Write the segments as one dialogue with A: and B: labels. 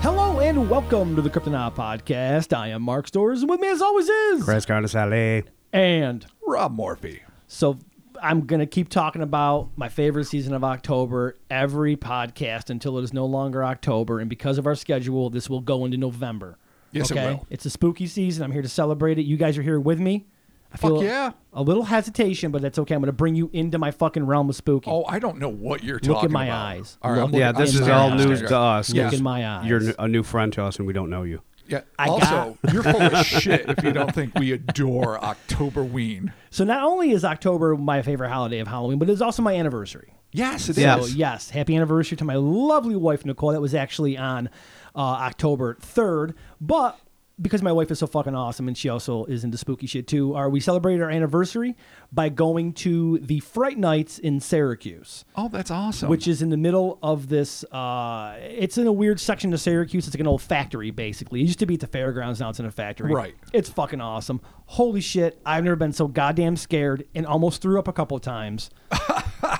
A: and welcome to the Kryptonaut Podcast. I am Mark Stores, and with me as always is
B: Chris Carlos Ali.
A: and
C: Rob Morphy.
A: so I'm gonna keep talking about my favorite season of October every podcast until it is no longer October, and because of our schedule, this will go into November.
C: Yes, it will.
A: It's a spooky season. I'm here to celebrate it. You guys are here with me. I feel
C: yeah.
A: a little hesitation, but that's okay. I'm gonna bring you into my fucking realm of spooky.
C: Oh, I don't know what you're talking
A: Look
C: about.
A: in my eyes.
C: All right,
A: Look
C: I'm
B: Yeah,
C: looking-
B: this
A: in
B: is
A: my
B: all
A: eyes.
B: news to us.
A: Look
B: Yeah.
A: in my eyes.
B: You're a new friend to us, and we don't know you.
C: Yeah.
A: I
C: also, you're full of shit if you don't think we adore October Ween.
A: So not only is October my favorite holiday of Halloween, but it's also my anniversary.
C: Yes, it is.
B: Yeah.
A: So Oh, yes, happy anniversary to my lovely wife Nicole. That was actually on uh, October third, but because my wife is so fucking awesome and she also is into spooky shit too, are we celebrated our anniversary by going to the Fright Nights in Syracuse,
C: Oh, that's awesome.
A: which is in the middle of this. Uh, it's in a weird section of Syracuse. It's like an old factory basically. It used to be at the fairgrounds, now it's in a factory.
C: Right.
A: It's fucking awesome. Holy shit! I've never been so goddamn scared and almost threw up a couple times.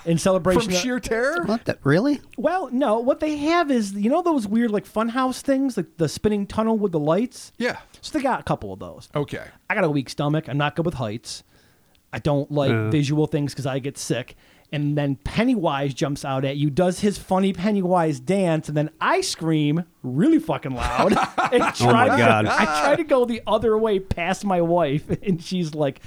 A: In celebration
C: from
A: of-
C: sheer terror.
B: What? The, really?
A: well, no. What they have is you know those weird like funhouse things, like the spinning tunnel with the lights.
C: Yeah. Oh.
A: So they got a couple of those.
C: Okay.
A: I got a weak stomach. I'm not good with heights. I don't like visual things because I get sick. And then Pennywise jumps out at you, does his funny Pennywise dance, and then I scream really fucking loud.
C: Oh
A: and try to-
B: God.
A: I try to go the other way past my wife, and she's like,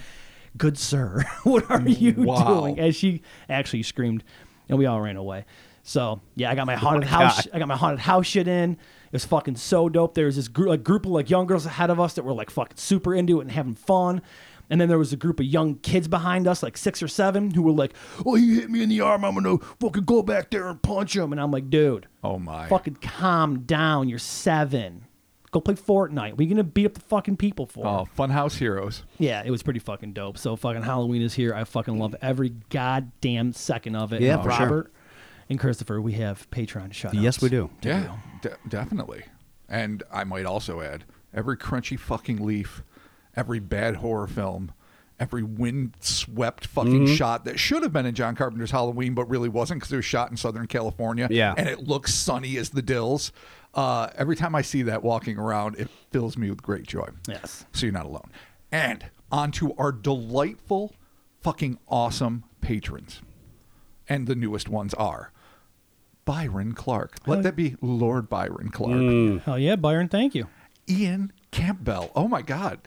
A: "Good sir, what are you
C: Wow.
A: doing?" As she actually screamed, and we all ran away. So yeah, I got
C: Oh
A: my haunted house. I got my haunted house shit in. It was fucking so dope. There was this group, like group of like young girls ahead of us that were like fucking super into it and having fun. And then there was a group of young kids behind us, like six or seven, who were like, "Oh, he hit me in the arm. I'm gonna fucking go back there and punch him." And I'm like, "Dude,
C: Oh my.
A: fucking calm down. You're seven. Go play Fortnite. We're gonna beat up the fucking people for."
C: Oh, Funhouse Heroes.
A: Yeah, it was pretty fucking dope. So fucking Halloween is here. I fucking love every goddamn second of it.
B: Yeah,
A: And
B: for sure.
A: Robert and Christopher, we have Patreon shout
B: Yes, we do.
C: Yeah, de- definitely. And I might also add every crunchy fucking leaf, every bad horror film, every wind-swept fucking
B: Mm-hmm.
C: shot that should have been in John Carpenter's Halloween, but really wasn't because it was shot in Southern California.
B: Yeah.
C: And it looks sunny as the dills. Uh, every time I see that walking around, it fills me with great joy.
A: Yes.
C: So you're not alone. And on to our delightful, fucking awesome patrons. And the newest ones are Byron Clark. Let that be Lord Byron Clark.
A: Oh yeah, Byron, thank you.
C: Ian Campbell. Oh my God.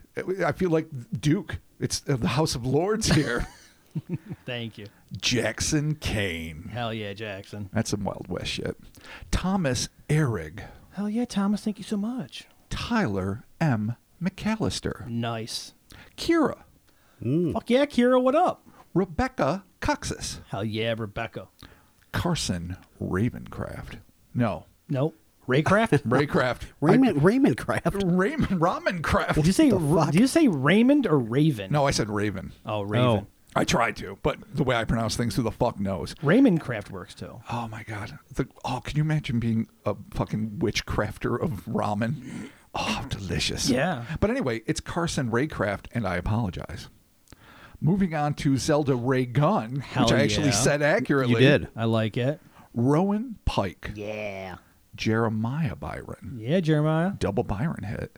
C: I feel like Duke. It's uh, the House of Lords here.
A: Thank you.
C: Jackson Kane.
A: Hell yeah, Jackson.
C: That's some Wild West shit. Thomas Ehrig.
A: Hell yeah, Thomas, thank you so much.
C: Tyler M. McAllister.
A: Nice.
C: Kira.
B: Mm.
A: Fuck yeah, Kira, what up?
C: Rebecca Coxis.
A: Hell yeah, Rebecca.
C: Carson Ravencraft. No.
A: Nope. Raycraft?
C: Raycraft.
B: Raymond, Raymond Craft.
C: Raymond
A: did
C: Ramencraft.
A: you say did you say Raymond or Raven?
C: No, I said Raven.
A: Oh Raven.
C: I tried to, but the way I pronounce things, who the fuck knows?
A: Raymond Craft works too.
C: Oh my god! The, oh, can you imagine being a fucking witchcrafter of ramen? Oh, delicious.
A: Yeah.
C: But anyway, it's Carson Raycraft, and I apologize. Moving on to Zelda Ray Gunn,
A: Hell
C: which I actually
A: yeah.
C: said accurately.
B: You did.
A: I like it.
C: Rowan Pike,
A: Yeah.
C: Jeremiah Byron,
A: Yeah, Jeremiah.
C: double Byron hit.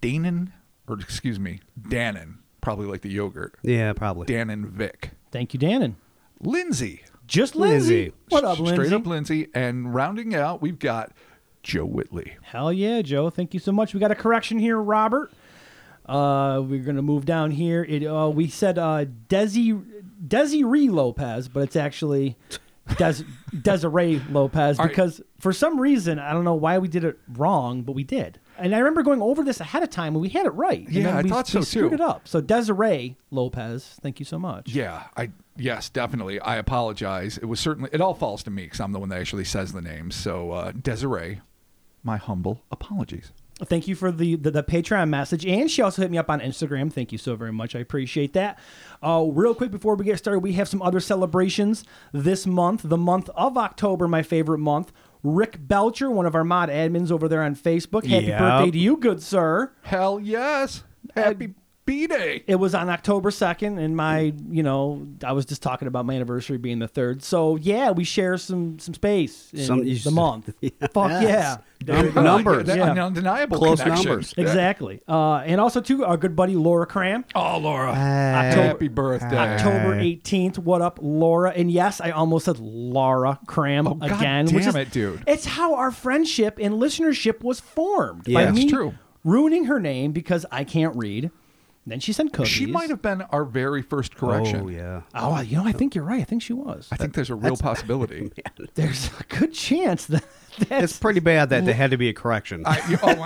C: Danon, or excuse me, Dannon, probably like the yogurt.
B: Yeah, probably.
C: Dannon Vic,
A: Thank you, Dannon.
C: Lindsay,
A: Just Lindsay.
B: Lindsay.
A: What up, Lindsay?
C: Straight up Lindsay. And rounding out, we've got Joe Whitley.
A: Hell yeah, Joe. Thank you so much. We got a correction here, Robert. Uh, we're gonna move down here. It uh, we said uh, Desi Desiree Lopez, but it's actually Des, Desiree Lopez
C: All right.
A: because for some reason I don't know why we did it wrong, but we did. And I remember going over this ahead of time and we had it right. And
C: Yeah,
A: then
C: I
A: we,
C: thought so,
A: we Screwed
C: too.
A: it up. So Desiree Lopez, thank you so much.
C: Yeah, I yes, definitely. I apologize. It was certainly it all falls to me because I'm the one that actually says the names. So uh, Desiree, my humble apologies.
A: Thank you for the, the the Patreon message, and she also hit me up on Instagram. Thank you so very much. I appreciate that. Uh, real quick before we get started, we have some other celebrations this month. The month of October, my favorite month. Rick Belcher, one of our mod admins over there on Facebook. Happy
B: Yep.
A: birthday to you, good sir.
C: Hell yes, happy B Day.
A: It was on October 2nd, and my, you know, I was just talking about my anniversary being the 3rd. So, yeah, we share some some space in
B: Some- you
A: the
B: should-
A: month. Fuck
B: Yes.
A: yeah.
B: Num- numbers.
C: That,
A: Yeah.
C: an undeniable
B: Close
C: connection.
B: numbers.
A: Exactly. Uh, and also, too, our good buddy Laura Cram.
C: Oh, Laura.
A: October-
C: Happy birthday.
A: October 18th. What up, Laura? And yes, I almost said Laura Cram
C: Oh, God
A: again.
C: damn
A: which is,
C: it, dude.
A: It's how our friendship and listenership was formed.
B: Yeah,
A: by
B: it's
A: me
C: true.
A: Ruining her name because I can't read. Then she sent cookies.
C: She might have been our very first correction.
B: Oh yeah.
A: Oh, you know, I think you're right. I think she was.
C: I think there's a real possibility.
A: There's a good chance that
B: It's pretty bad that there had to be a correction.
C: I, you, oh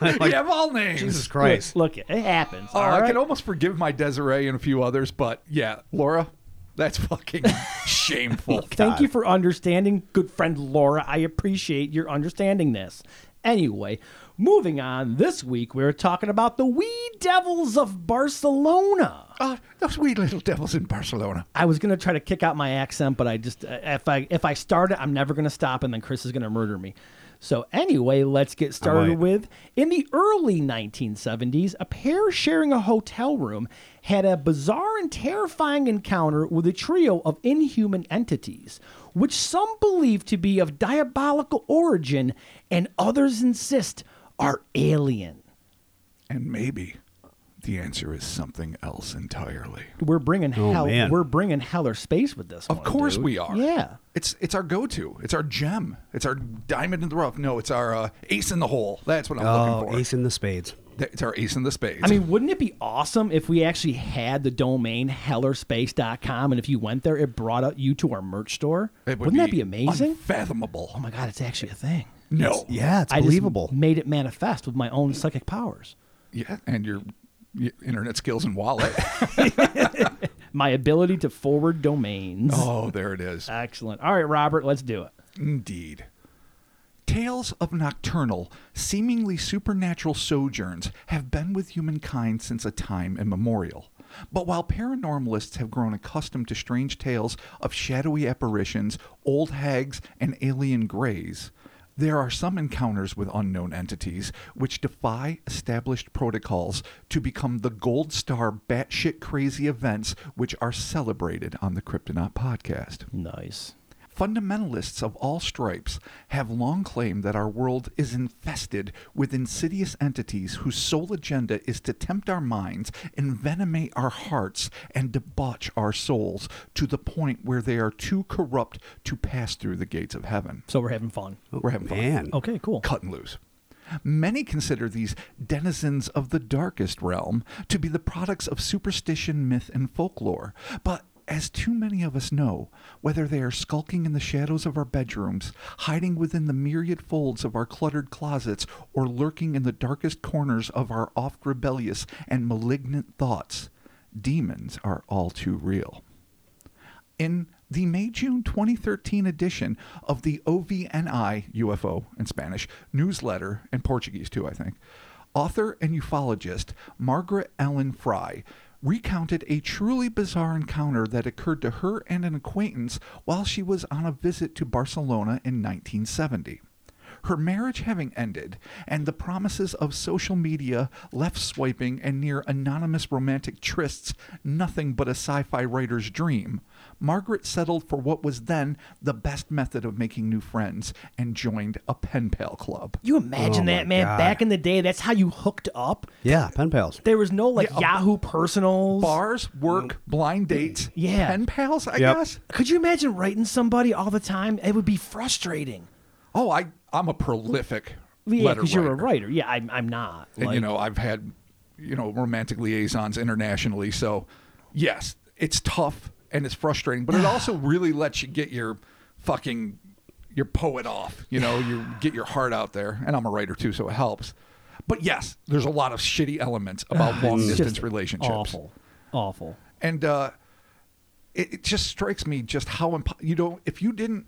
C: my! you have all names.
B: Jesus Christ.
A: Look, it happens.
C: Oh,
A: all
C: I
A: right?
C: can almost forgive my Desiree and a few others, but yeah, Laura, that's fucking shameful.
A: Thank you for understanding, good friend Laura. I appreciate your understanding this. Anyway, moving on, this week we are talking about the wee devils of Barcelona.
C: Oh, those wee little devils in Barcelona.
A: I was gonna try to kick out my accent, but I just uh, if I if I start it, I'm never gonna stop, and then Chris is gonna murder me. So anyway, let's get started
B: right.
A: with in the early 1970s, a pair sharing a hotel room had a bizarre and terrifying encounter with a trio of inhuman entities, which some believe to be of diabolical origin, and others insist are alien.
C: And maybe the answer is something else entirely.
A: We're bringing hell.
B: man.
A: We're bringing hell or space with this.
C: Oh, Of course we are.
A: Yeah.
C: It's it's our go-to. It's our gem. It's our diamond in the rough. No, it's our uh, ace in the hole. That's what I'm looking
B: Oh,
C: for.
B: ace in the spades.
C: Th- It's our ace in the spades.
A: I mean, wouldn't it be awesome if we actually had the domain hellerspace.com and if you went there, it brought out you to our merch store?
C: It would
A: not that be amazing?
C: Unfathomable.
A: oh my God, it's actually a thing.
C: no.
B: Yeah, it's
A: I just
B: believable.
A: made it manifest with my own psychic powers.
C: Yeah, and your, your internet skills and wallet.
A: My ability to forward domains.
C: oh, there it is.
A: Excellent. All right, Robert, let's do it.
C: Indeed. Tales of nocturnal, seemingly supernatural sojourns have been with humankind since a time immemorial. But while paranormalists have grown accustomed to strange tales of shadowy apparitions, old hags, and alien greys, there are some encounters with unknown entities which defy established protocols to become the gold star batshit crazy events which are celebrated on the Kryptonaut podcast.
A: Nice.
C: Fundamentalists of all stripes have long claimed that our world is infested with insidious entities whose sole agenda is to tempt our minds, envenomate our hearts, and debauch our souls to the point where they are too corrupt to pass through the gates of heaven.
A: So we're having fun.
C: We're having fun.
B: Man.
A: Okay, cool.
C: Cut and loose. Many consider these denizens of the darkest realm to be the products of superstition, myth, and folklore. But as too many of us know, whether they are skulking in the shadows of our bedrooms, hiding within the myriad folds of our cluttered closets, or lurking in the darkest corners of our oft rebellious and malignant thoughts, demons are all too real. In the May June 2013 edition of the OVNI UFO in Spanish newsletter, in Portuguese too, I think, author and ufologist Margaret Ellen Fry recounted a truly bizarre encounter that occurred to her and an acquaintance while she was on a visit to Barcelona in 1970. Her marriage having ended, and the promises of social media, left swiping, and near anonymous romantic trysts nothing but a sci fi writer's dream, Margaret settled for what was then the best method of making new friends and joined a pen pal club.
A: You imagine
B: Oh
A: that,
B: my
A: man?
B: God.
A: Back in the day, that's how you hooked up.
B: Yeah, pen pals.
A: There was no like Yahoo personals.
C: Bars, work, blind dates,
A: Yeah.
C: pen pals, I
B: Yep.
C: guess.
A: Could you imagine writing somebody all the time? It would be frustrating.
C: Oh, I, I'm a prolific
A: Yeah,
C: letter
A: because you're a
C: writer.
A: writer. Yeah, I'm, I'm not.
C: and
A: Like,
C: you know i've had you know romantic liaisons internationally so yes it's tough and it's frustrating but it also really lets you get your fucking your poet off you know you get your heart out there and i'm a writer too so it helps but yes there's a lot of shitty elements about long
A: it's
C: distance
A: just
C: relationships
A: Awful, awful.
C: and uh, it, it just strikes me just how imp- you know if you didn't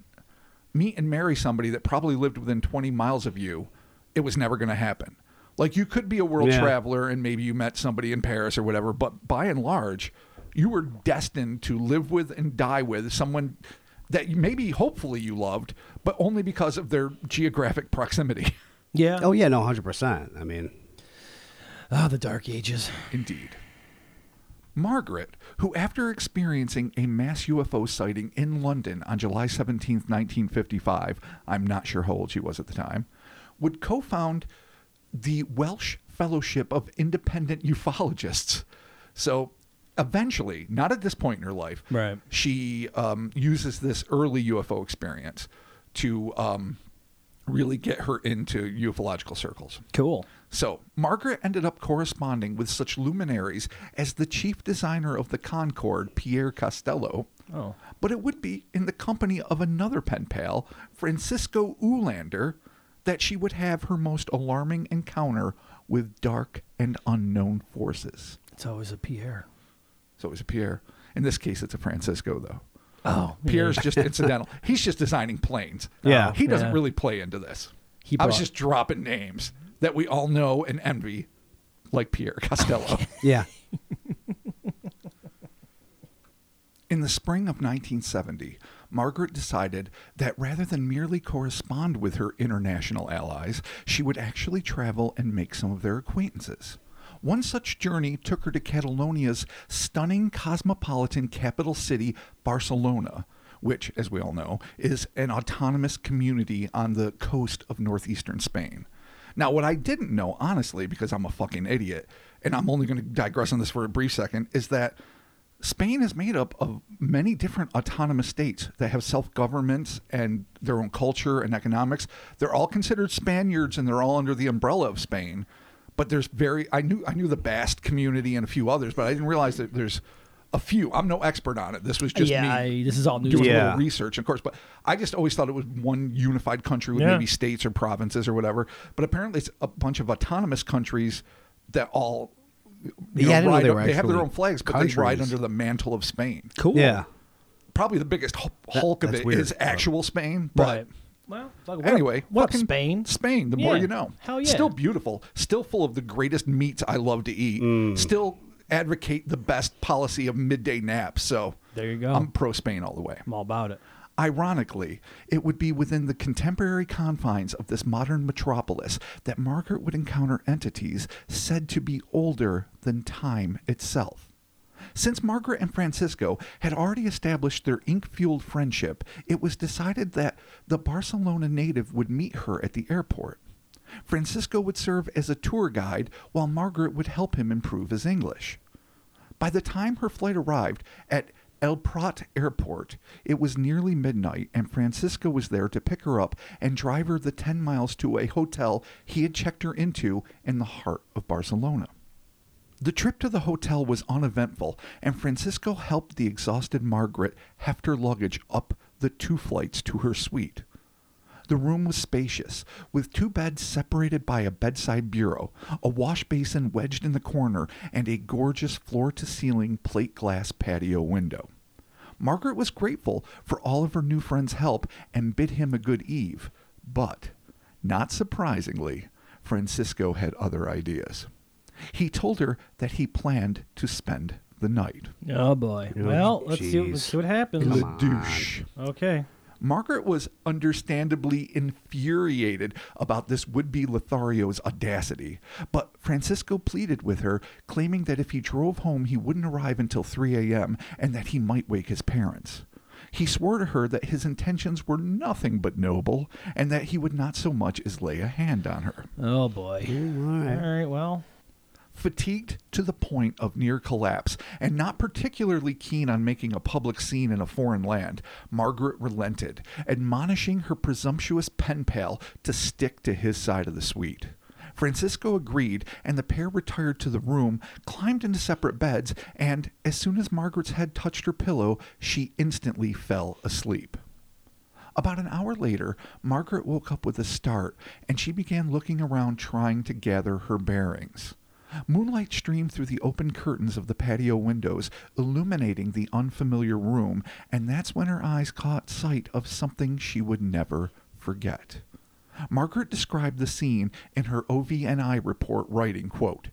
C: meet and marry somebody that probably lived within 20 miles of you, it was never going to happen. Like you could be a world
B: Yeah.
C: traveler and maybe you met somebody in Paris or whatever, but by and large, you were destined to live with and die with someone that you- maybe hopefully you loved, but only because of their geographic proximity.
A: Yeah.
B: Oh yeah, no, hundred percent. I mean,
A: Ah, the Dark Ages.
C: Indeed. Margaret, who after experiencing a mass UFO sighting in London on July 17, 1955, I'm not sure how old she was at the time, would co found the Welsh Fellowship of Independent Ufologists. So eventually, not at this point in her life,
A: Right.
C: she um, uses this early UFO experience to um, really get her into ufological circles.
A: Cool.
C: So, Margaret ended up corresponding with such luminaries as the chief designer of the Concorde, Pierre Costello.
A: Oh.
C: But it would be in the company of another pen pal, Francisco Ulander, that she would have her most alarming encounter with dark and unknown forces.
A: It's always a Pierre.
C: So it was a Pierre. In this case, it's a Francisco, though.
A: Oh.
C: Pierre's just incidental. He's just designing planes. Uh,
B: Yeah.
C: He doesn't
A: Yeah.
C: really play into this.
A: He
C: I was
A: brought-
C: just dropping names that we all know and envy, like Pierre Costello.
B: Yeah.
C: In the spring of 1970, Margaret decided that rather than merely correspond with her international allies, she would actually travel and make some of their acquaintances. One such journey took her to Catalonia's stunning cosmopolitan capital city, Barcelona, which, as we all know, is an autonomous community on the coast of northeastern Spain. Now, what I didn't know, honestly, because I'm a fucking idiot, and I'm only going to digress on this for a brief second, is that Spain is made up of many different autonomous states that have self governments and their own culture and economics. They're all considered Spaniards and they're all under the umbrella of Spain. But there's very I knew I knew the Basque community and a few others, but I didn't realize that there's a few. I'm no expert on it. This was just
A: yeah,
C: me
A: I, this is all news.
C: doing
A: to
C: a
A: me.
B: Yeah.
C: little research, of course. But I just always thought it was one unified country with
A: Yeah.
C: maybe states or provinces or whatever. But apparently, it's a bunch of autonomous countries that all you
B: Yeah, I didn't know
C: ride
B: they
C: up-
B: were
C: they have their
B: actually
C: own flags, but they ride
B: countries.
C: under the mantle of Spain.
A: Cool.
B: Yeah.
C: Probably the biggest hu- hulk of
B: that's
C: it is
B: weird.
C: actual Spain, but.
A: Right. Well, fuck, what up-
C: Anyway,
A: what up,
C: fucking
A: Spain?
C: Spain. The more
A: Yeah.
C: you know.
A: Hell yeah.
C: Still beautiful. Still full of the greatest meats I love to eat.
A: Mm.
C: Still advocate the best policy of midday naps. So
A: There you go.
C: I'm pro Spain all the way.
A: I'm all about it.
C: Ironically, it would be within the contemporary confines of this modern metropolis that Margaret would encounter entities said to be older than time itself. Since Margaret and Francisco had already established their ink fueled friendship, it was decided that the Barcelona native would meet her at the airport. Francisco would serve as a tour guide while Margaret would help him improve his English. By the time her flight arrived at El Prat Airport, it was nearly midnight, and Francisco was there to pick her up and drive her the 10 miles to a hotel he had checked her into in the heart of Barcelona. The trip to the hotel was uneventful, and Francisco helped the exhausted Margaret heft her luggage up the two flights to her suite. The room was spacious, with two beds separated by a bedside bureau, a wash basin wedged in the corner, and a gorgeous floor to ceiling plate glass patio window. Margaret was grateful for all of her new friend's help and bid him a good eve, but, not surprisingly, Francisco had other ideas. He told her that he planned to spend the night.
A: Oh boy. well, let's see,
B: jeez.
A: let's see what happens.
C: Le douche.
A: Okay.
C: Margaret was understandably infuriated about this would be Lothario's audacity, but Francisco pleaded with her, claiming that if he drove home, he wouldn't arrive until 3 a.m. and that he might wake his parents. He swore to her that his intentions were nothing but noble and that he would not so much as lay a hand on her.
A: Oh boy.
B: All right.
A: All right. Well.
C: Fatigued to the point of near collapse and not particularly keen on making a public scene in a foreign land, Margaret relented, admonishing her presumptuous pen pal to stick to his side of the suite. Francisco agreed, and the pair retired to the room, climbed into separate beds, and as soon as Margaret's head touched her pillow, she instantly fell asleep. About an hour later, Margaret woke up with a start and she began looking around trying to gather her bearings. Moonlight streamed through the open curtains of the patio windows, illuminating the unfamiliar room, and that's when her eyes caught sight of something she would never forget. Margaret described the scene in her OVNI report, writing, quote,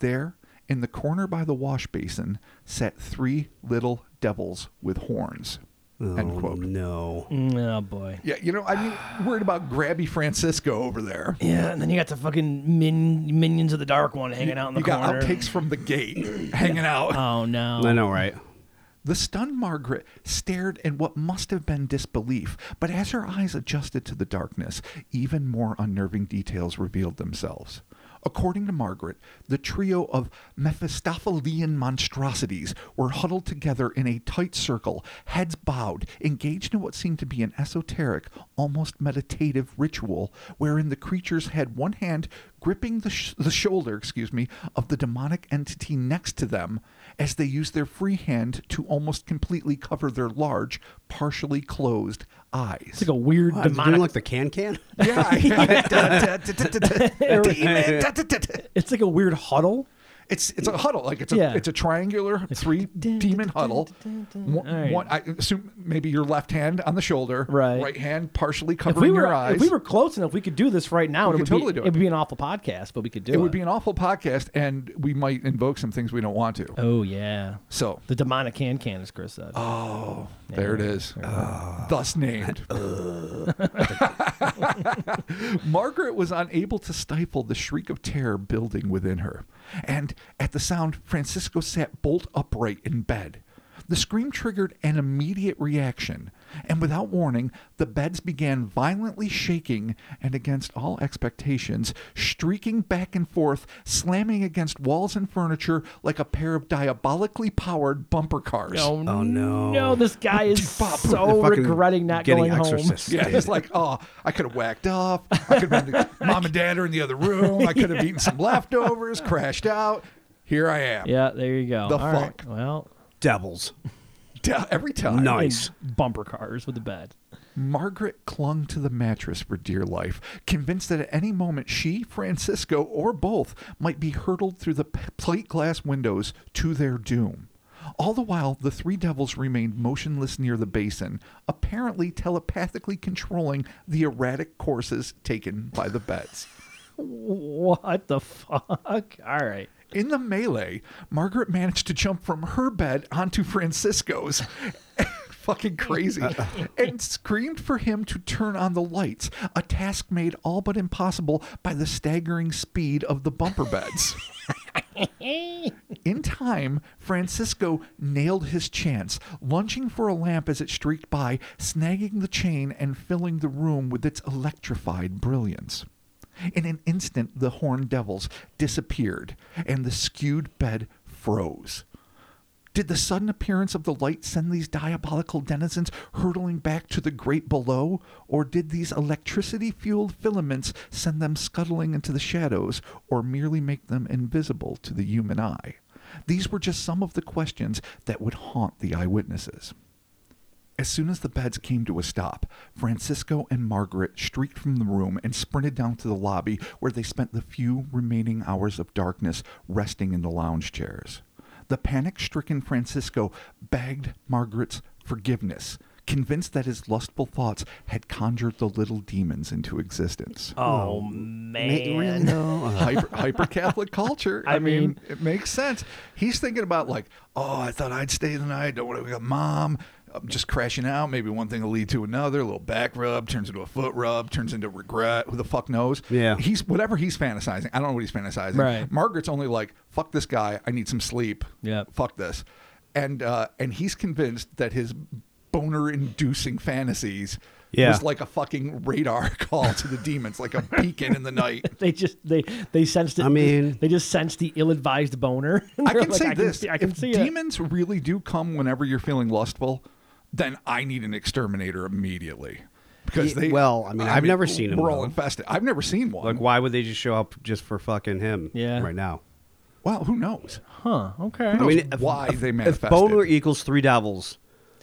C: There, in the corner by the wash basin, sat three little devils with horns.
B: Oh,
C: End quote.
B: No.
A: Mm, Oh boy.
C: Yeah, you know, I mean, worried about grabby Francisco over there.
A: Yeah, and then you got the fucking min- minions of the dark one hanging out in the
C: You got
A: corner.
C: outtakes from the gate hanging out.
A: Oh no.
B: I know, right?
C: The stunned Margaret stared in what must have been disbelief, but as her eyes adjusted to the darkness, even more unnerving details revealed themselves. According to Margaret, the trio of Mephistophelian monstrosities were huddled together in a tight circle, heads bowed, engaged in what seemed to be an esoteric, almost meditative ritual, wherein the creatures had one hand gripping the, sh- the shoulder, excuse me, of the demonic entity next to them as they used their free hand to almost completely cover their large, partially closed eyes.
A: It's like a weird
B: Wow, is it doing
A: demonic.
B: like the can can.
C: Yeah. Demon.
A: it's like a weird huddle.
C: It's it's a huddle like it's a
A: Yeah.
C: it's a triangular three demon huddle. One,
A: All right.
C: one- I assume maybe your left hand on the shoulder,
A: Right.
C: hand partially
A: If
C: covering
A: we were
C: your eyes.
A: if we were close enough, we could do this right now. and
C: could
A: it would
C: totally
A: be,
C: do it.
A: would be an awful podcast, but we could do it.
C: it would be an awful podcast, and we might invoke some things we don't want to.
A: Oh yeah.
C: So
A: The demonic can can, as Chris said.
C: Oh, There it is. Thus named. Margaret was unable to stifle the shriek of terror building within her. And at the sound, Francisco sat bolt upright in bed. The scream triggered an immediate reaction, and without warning, the beds began violently shaking and, against all expectations, streaking back and forth, slamming against walls and furniture like a pair of diabolically powered bumper cars.
B: Oh, no.
A: No, this guy is so
B: They're fucking
A: regretting not
B: getting
A: going home.
B: exorcist.
C: Yeah, it's like, oh, I could have whacked off. I could have been, mom and dad are in the other room. I could have eaten some leftovers, crashed out. Here I am.
A: Yeah, there you go.
C: The
A: All right.
C: fuck?
A: Well,
B: Devils.
C: Da- Every time.
B: Nice.
A: in bumper cars with the bed.
C: Margaret clung to the mattress for dear life, convinced that at any moment she, Francisco, or both might be hurtled through the p- plate glass windows to their doom. All the while, the three devils remained motionless near the basin, apparently telepathically controlling the erratic courses taken by the beds.
A: What the fuck? All right.
C: In the melee, Margaret managed to jump from her bed onto Francisco's. Fucking crazy. and screamed for him to turn on the lights, a task made all but impossible by the staggering speed of the bumper beds. In time, Francisco nailed his chance, lunging for a lamp as it streaked by, snagging the chain and filling the room with its electrified brilliance. In an instant, the horned devils disappeared, and the skewed bed froze. Did the sudden appearance of the light send these diabolical denizens hurtling back to the great below, or did these electricity fueled filaments send them scuttling into the shadows, or merely make them invisible to the human eye? These were just some of the questions that would haunt the eyewitnesses. As soon as the beds came to a stop, Francisco and Margaret streaked from the room and sprinted down to the lobby where they spent the few remaining hours of darkness resting in the lounge chairs. The panic stricken Francisco begged Margaret's forgiveness, convinced that his lustful thoughts had conjured the little demons into existence.
A: Oh
B: Really,
A: man.
B: though? Uh,
C: Hyper, hyper Catholic culture. I,
A: I
C: mean,
A: mean-
C: it makes sense. He's thinking about like, oh, I thought I'd stay the night. Don't want to wake up mom. I'm just crashing out. Maybe one thing will lead to another. A little back rub turns into a foot rub, turns into regret. Who the fuck knows?
B: Yeah.
C: He's whatever he's fantasizing. I don't know what he's fantasizing.
A: Right.
C: Margaret's only like, fuck this guy. I need some sleep.
A: Yep.
C: Fuck this. And uh, and he's convinced that his boner inducing fantasies
B: Yeah.
C: was like a fucking radar call to the demons, like a beacon in the night.
A: They just they they sensed it.
B: I mean-
A: they just sensed the ill-advised boner.
C: I
A: They're
C: can
A: like,
C: say
A: I
C: this:
A: see- I can
C: if
A: see it.
C: demons really do come whenever you're feeling lustful, then I need an exterminator immediately because
B: Ye-
C: they.
B: well, I mean, I've never seen 'em,
C: We're all
B: though.
C: infested. I've never seen one.
B: like, why would they just show up just for fucking him
A: Yeah.
B: right now?
C: well, who knows?
A: Huh? Okay.
C: Who knows
B: if-
C: why
B: if-
C: they
B: If
C: manifested?
B: boner equals three devils,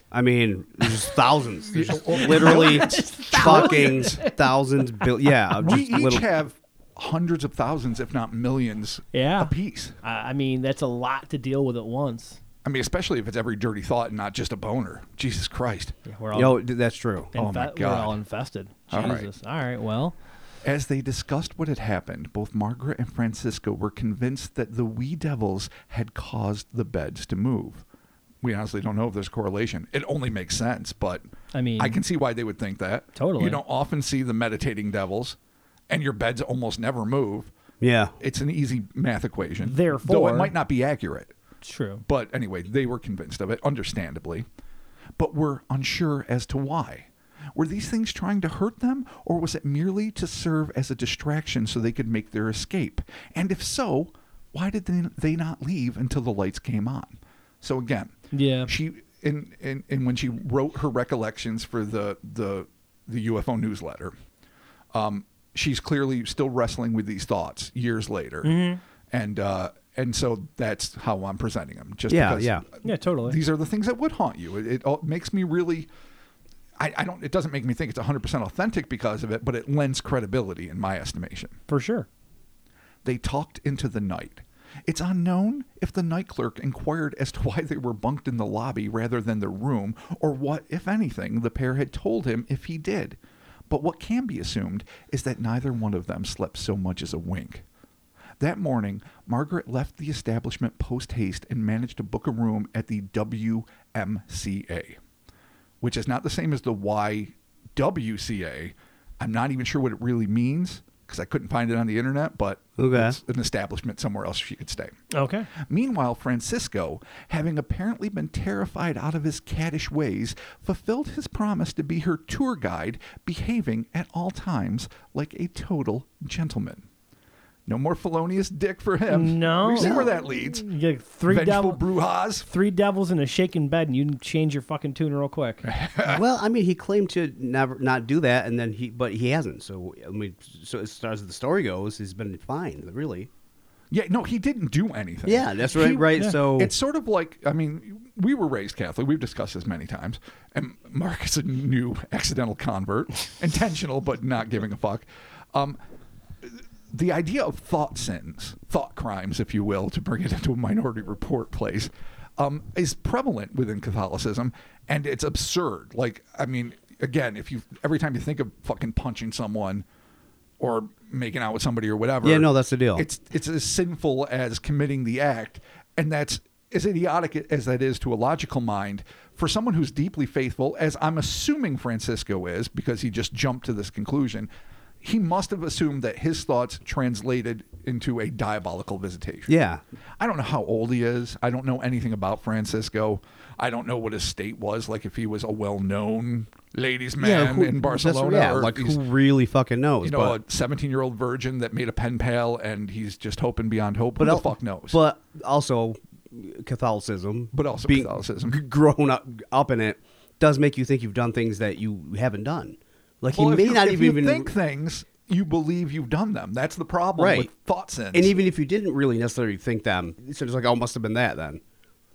B: I mean, there's thousands. There's literally fucking thousands. Bil- yeah,
C: we
B: just
C: each
B: little-
C: have hundreds of thousands, if not millions,
A: Yeah.
C: a piece.
A: I I mean, that's a lot to deal with at once.
C: I mean, especially if it's every dirty thought and not just a boner. Jesus Christ.
A: Yeah, we're all
B: Yo, d- that's true.
C: oh my
A: infe- we're
C: God.
A: all infested.
C: All right.
A: Jesus. All right. Well,
C: As they discussed what had happened, both Margaret and Francisco were convinced that the wee devils had caused the beds to move. we honestly don't know if there's a correlation. It only makes sense, but
A: I mean-
C: I can see why they would think that.
A: Totally.
C: You don't often see the meditating devils, and your beds almost never move.
B: Yeah.
C: It's an easy math equation. though
A: Therefore-
C: it might not be accurate.
A: True.
C: But anyway, they were convinced of it, understandably. But were unsure as to why. Were these things trying to hurt them, or was it merely to serve as a distraction so they could make their escape? And if so, why did they, they not leave until the lights came on? So again,
A: Yeah.
C: she and, and and when she wrote her recollections for the the the UFO newsletter, um, she's clearly still wrestling with these thoughts years later, and uh, and so that's how I'm presenting them. Just
B: Yeah,
C: because
B: yeah.
A: Yeah, totally.
C: These are the things that would haunt you. It, it all makes me really. I, I don't. It doesn't make me think it's 100 percent authentic because of it, but it lends credibility in my estimation.
A: For sure.
C: They talked into the night. It's unknown if the night clerk inquired as to why they were bunked in the lobby rather than the room, or what, if anything, the pair had told him if he did. But what can be assumed is that neither one of them slept so much as a wink. That morning, Margaret left the establishment post haste and managed to book a room at the WMCA, which is not the same as the YWCA. I'm not even sure what it really means because I couldn't find it on the internet, but
B: Okay.
C: it's an establishment somewhere else she could stay.
A: Okay.
C: Meanwhile, Francisco, having apparently been terrified out of his caddish ways, fulfilled his promise to be her tour guide, behaving at all times like a total gentleman. No more felonious dick for him.
A: No.
C: We see where that leads.
A: You get three
C: Vengeful
A: devil,
C: brouhahas.
A: three devils in a shaken bed, and you can change your fucking tune real quick.
B: well, I mean, he claimed to never not do that, and then he, but he hasn't. So, I mean, so as far as the story goes, he's been fine, really.
C: Yeah, no, he didn't do anything.
B: Yeah, that's right,
C: He-
B: right? So-
C: it's sort of like I mean, we were raised Catholic. We've discussed this many times. And Mark is a new accidental convert, intentional but not giving a fuck. Um, the idea of thought sins, thought crimes, if you will, to bring it into a minority report place, um, is prevalent within Catholicism, and it's absurd. Like, I mean, again, if you every time you think of fucking punching someone or making out with somebody or whatever,
B: Yeah, no, that's the deal.
C: It's it's as sinful as committing the act, and that's as idiotic as that is to a logical mind. For someone who's deeply faithful, as I'm assuming Francisco is, because he just jumped to this conclusion, he must have assumed that his thoughts translated into a diabolical visitation.
B: Yeah.
C: I don't know how old he is. I don't know anything about Francisco. I don't know what his state was like. If he was a well-known ladies' man
B: who-
C: in
B: that's-
C: Barcelona,
B: yeah,
C: or if
B: like
C: he's-
B: who really fucking knows?
C: you know,
B: but,
C: a 17 year old virgin that made a pen pal and he's just hoping beyond hope. Who
B: but
C: the
B: al-
C: fuck knows?
B: But also, Catholicism.
C: But also
B: being
C: Catholicism.
B: g- grown up up in it does make you think you've done things that you haven't done. Like
C: Well,
B: he
C: if
B: may
C: you,
B: not
C: if
B: even,
C: you
B: even
C: think things, you believe you've done them. That's the problem
B: Right.
C: with thought sins.
B: and even if you didn't really necessarily think them, so it's like oh, must have been that then.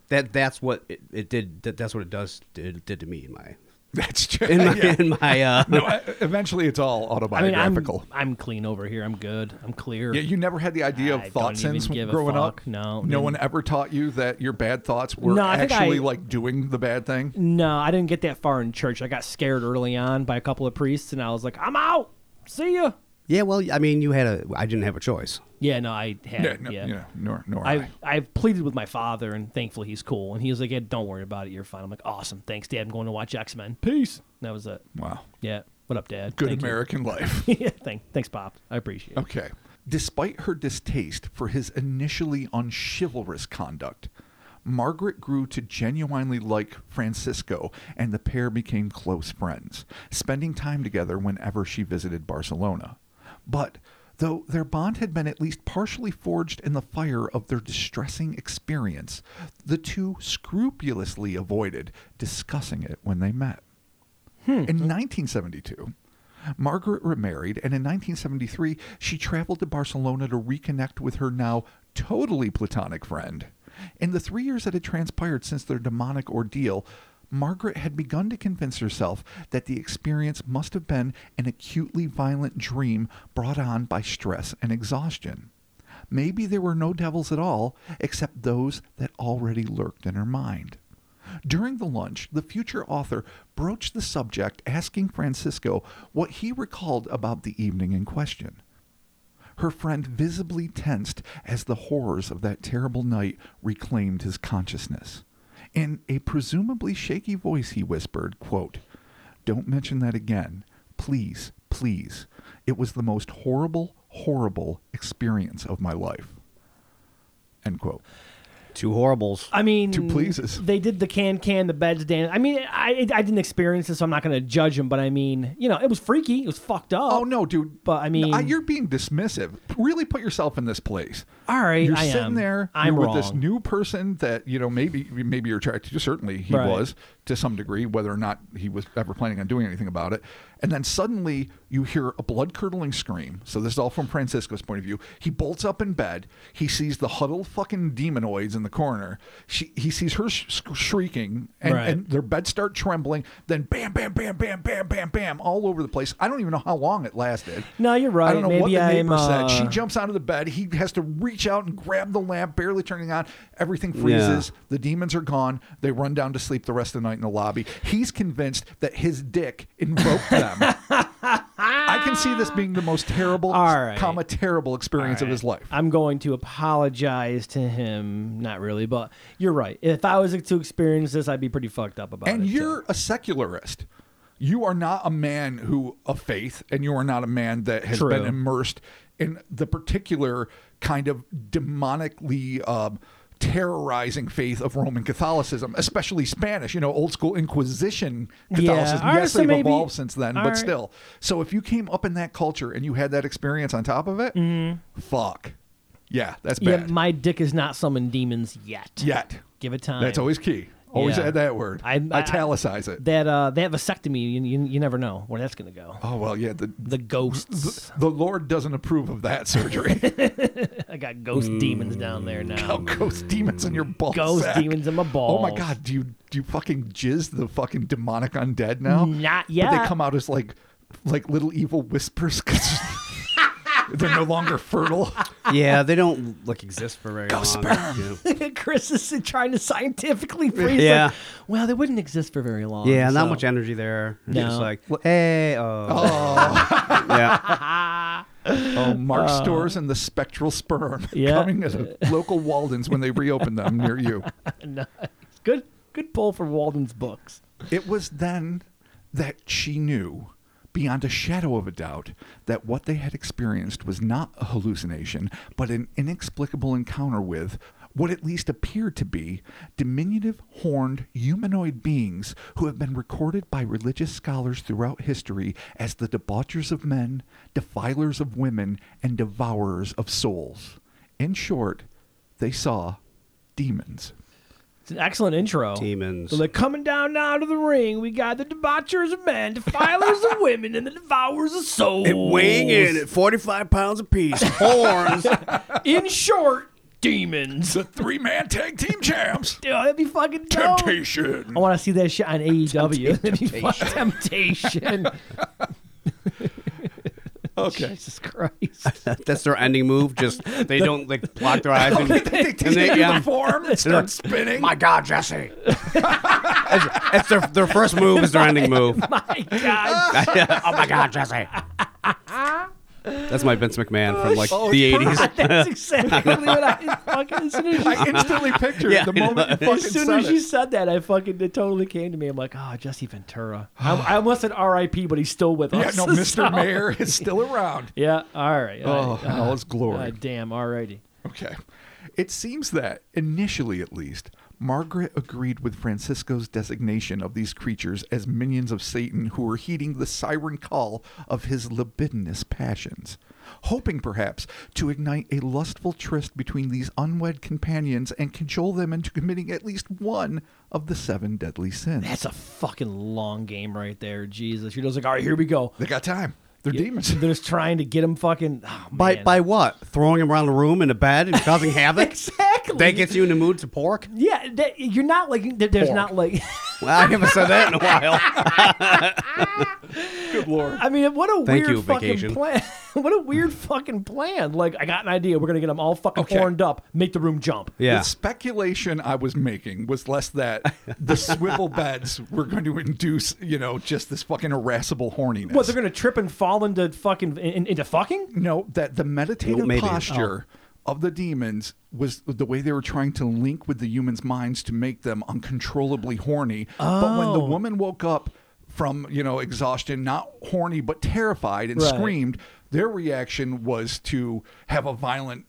B: That that's what it, it did. That, that's what it does did, did to me in my
C: that's true.
B: in my,
C: Yeah.
B: in my uh,
C: no, e- eventually it's all
A: I mean, I'm,
C: autobiographical.
A: I'm clean over here. I'm good. I'm clear.
C: yeah, you never had the idea
A: I
C: of thought
A: don't even
C: sins
A: give a
C: growing up.
A: fuck. No,
C: no
A: mm.
C: one ever taught you that your bad thoughts were
A: No, I think
C: actually
A: I-
C: like doing the bad thing.
A: No, I didn't get that far in church. I got scared early on by a couple of priests, and I was like, "I'm out. See ya."
B: yeah. Well, I mean, you had a. I didn't have a choice.
A: Yeah, no, I had.
C: Yeah, no,
A: yeah.
C: You know, nor nor
A: I
C: I.
A: I've pleaded with my father, and thankfully he's cool. And he was like, "Yeah, don't worry about it. You're fine." I'm like, "Awesome, thanks, Dad. I'm going to watch X Men. Peace." And that was it.
C: Wow,
A: Yeah. What up, Dad?
C: good
A: Thank you.
C: American life.
A: yeah. Thank, thanks, Pop. I appreciate it.
C: Okay. Despite her distaste for his initially unchivalrous conduct, Margaret grew to genuinely like Francisco, and the pair became close friends, spending time together whenever she visited Barcelona. But though their bond had been at least partially forged in the fire of their distressing experience, the two scrupulously avoided discussing it when they met. In 1972, Margaret remarried, and in 1973, she traveled to Barcelona to reconnect with her now totally platonic friend. In the three years that had transpired since their demonic ordeal, Margaret had begun to convince herself that the experience must have been an acutely violent dream brought on by stress and exhaustion. Maybe there were no devils at all, except those that already lurked in her mind. During the lunch, the future author broached the subject, asking Francisco what he recalled about the evening in question. Her friend visibly tensed as the horrors of that terrible night reclaimed his consciousness. In a presumably shaky voice, he whispered, quote, Don't mention that again. Please, please. It was the most horrible, horrible experience of my life. End quote.
B: Two horribles.
A: I mean,
C: Two pleases.
A: They did the can can, the beds dance. I mean, I I didn't experience this, so I'm not going to judge him. But I mean, you know, it was freaky. It was fucked up.
C: Oh no, dude!
A: But, I mean-
C: No, you're being dismissive. Really, put yourself in this place.
A: All right,
C: you're
A: I
C: sitting
A: am.
C: there.
A: I'm
C: you're
A: wrong.
C: with this new person that you know maybe maybe you're attracted to. Certainly, he
A: Right.
C: was to some degree, whether or not he was ever planning on doing anything about it. And then suddenly you hear a blood curdling scream. So this is all from Francisco's point of view. He bolts up in bed. He sees the huddled fucking demonoids in the corner. She, he sees her sh- shrieking, and,
A: Right.
C: and their beds start trembling. Then bam, bam, bam, bam, bam, bam, bam, all over the place. I don't even know how long it lasted.
A: No, you're right.
C: I don't know what
A: Maybe
C: the
A: I'm,
C: neighbor said. She
A: uh,
C: jumps out of the bed. He has to reach out and grab the lamp, barely turning on. Everything freezes. The demons are gone. They run down to sleep the rest of the night in the lobby. He's convinced that his dick invoked them. I can see this being the most terrible,
A: All right.
C: comma terrible experience of his life.
A: I'm going to apologize to him. Not really, but you're right. If I was to experience this, I'd be pretty fucked up about it.
C: and
A: too.
C: you're a secularist. You are not a man who of faith, and you are not a man that has
A: True.
C: been immersed in the particular kind of demonically um, terrorizing faith of Roman Catholicism, especially Spanish. You know, old school Inquisition
A: Yeah.
C: Catholicism.
A: All right,
C: Yes,
A: so
C: they've
A: maybe-
C: evolved since then,
A: all
C: but
A: right.
C: still. So if you came up in that culture and you had that experience on top of it,
A: Mm-hmm.
C: fuck, yeah, that's
A: yeah,
C: bad.
A: my dick is not summoning demons yet.
C: Yet
A: Give it time.
C: that's always key. Always
A: Yeah.
C: add that word.
A: I- I-
C: Italicize it.
A: that uh, that vasectomy. You, you, you never know where that's gonna go.
C: Oh well, yeah. The
A: The ghosts.
C: The Lord doesn't approve of that surgery.
A: I got ghost
B: Mm.
A: demons down there now.
C: oh, ghost demons in your balls.
A: Ghost demons in my
C: Oh my
A: balls.
C: God, do you do you fucking jizz the fucking demonic undead now?
A: Not
C: But
A: yet.
C: they come out as like like little evil whispers. 'cause They're no longer fertile.
B: yeah, they don't like exist for very long. Yeah.
A: Chris is trying to scientifically freeze.
B: Yeah.
A: Like, well, they wouldn't exist for very long.
B: Yeah, not
A: so-
B: much energy there. It's
A: No.
B: Just like, hey, oh,
C: Oh,
B: yeah,
C: oh Mark Stores and the Spectral Sperm
A: Uh. Yeah.
C: coming at a local Waldens when they reopen them near you.
A: Good, good pull for Walden's books.
C: It was then that she knew, beyond a shadow of a doubt, that what they had experienced was not a hallucination, but an inexplicable encounter with what at least appeared to be diminutive horned humanoid beings who have been recorded by religious scholars throughout history as the debauchers of men, defilers of women, and devourers of souls. In short, they saw demons.
A: It's an excellent intro.
B: Demons.
A: So they're coming down now to the ring. We got the debauchers of men, defilers of women, and the devourers of souls.
B: weighing in at forty-five pounds apiece, horns.
A: In short, demons.
C: The three man tag team champs!
A: Dude, that'd be fucking dope.
C: Temptation!
A: I want to see that shit on E AEW. That'd be fun. Temptation.
C: Okay.
A: Jesus Christ.
B: That's their ending move. Just they don't like block their eyes. And,
C: they
B: and they-
C: take
B: yeah.
C: the form and start spinning.
B: My God, Jesse! that's that's their their first move is their ending move.
A: My God.
B: oh my God, Jesse! That's my Vince McMahon from like
C: Oh,
B: the
C: it's
B: eighties.
A: That's exactly what I fucking as soon as you
C: I instantly pictured
B: Yeah,
C: the
B: I know.
C: moment you fucking
A: As soon
C: said
A: as you
C: it.
A: said that, I fucking it totally came to me. I'm like, oh, Jesse Ventura. I, I almost said R.I.P., but he's still with
C: Yeah,
A: us.
C: no,
A: So-
C: Mr. Mayor is still around.
A: Yeah. All right. all
C: Oh,
A: right.
C: in all his glory.
A: God damn. All righty.
C: Okay. It seems that, initially at least, Margaret agreed with Francisco's designation of these creatures as minions of Satan who were heeding the siren call of his libidinous passions, hoping perhaps to ignite a lustful tryst between these unwed companions and cajole them into committing at least one of the seven deadly sins.
A: That's a fucking long game right there. Jesus. You're just like, all right, here we go.
C: They got time. They're demons.
A: They're just trying to get him fucking. Oh,
B: By
A: man.
B: by what? Throwing him around the room in a bed and causing havoc.
A: Exactly.
B: That gets you in the mood to pork.
A: Yeah. That, you're not like. there- There's not like.
B: Well, I haven't said that in a while.
C: Good lord.
A: I mean, what a
B: Thank
A: weird
B: you,
A: fucking
B: vacation.
A: plan. what a weird fucking plan. Like, I got an idea. We're gonna get them all fucking
C: Okay.
A: horned up. Make the room jump.
B: Yeah.
C: The speculation I was making was less that the swivel beds were going to induce, you know, just this fucking irascible horniness.
A: What? They're gonna trip and fall into fucking in, into fucking.
C: no, that the meditative
B: maybe. Oh.
C: posture of the demons was the way they were trying to link with the humans' minds to make them uncontrollably horny. But when the
B: Oh.
C: woman woke up from, you know, exhaustion, not horny but terrified and
A: Right.
C: screamed, their reaction was to have a violent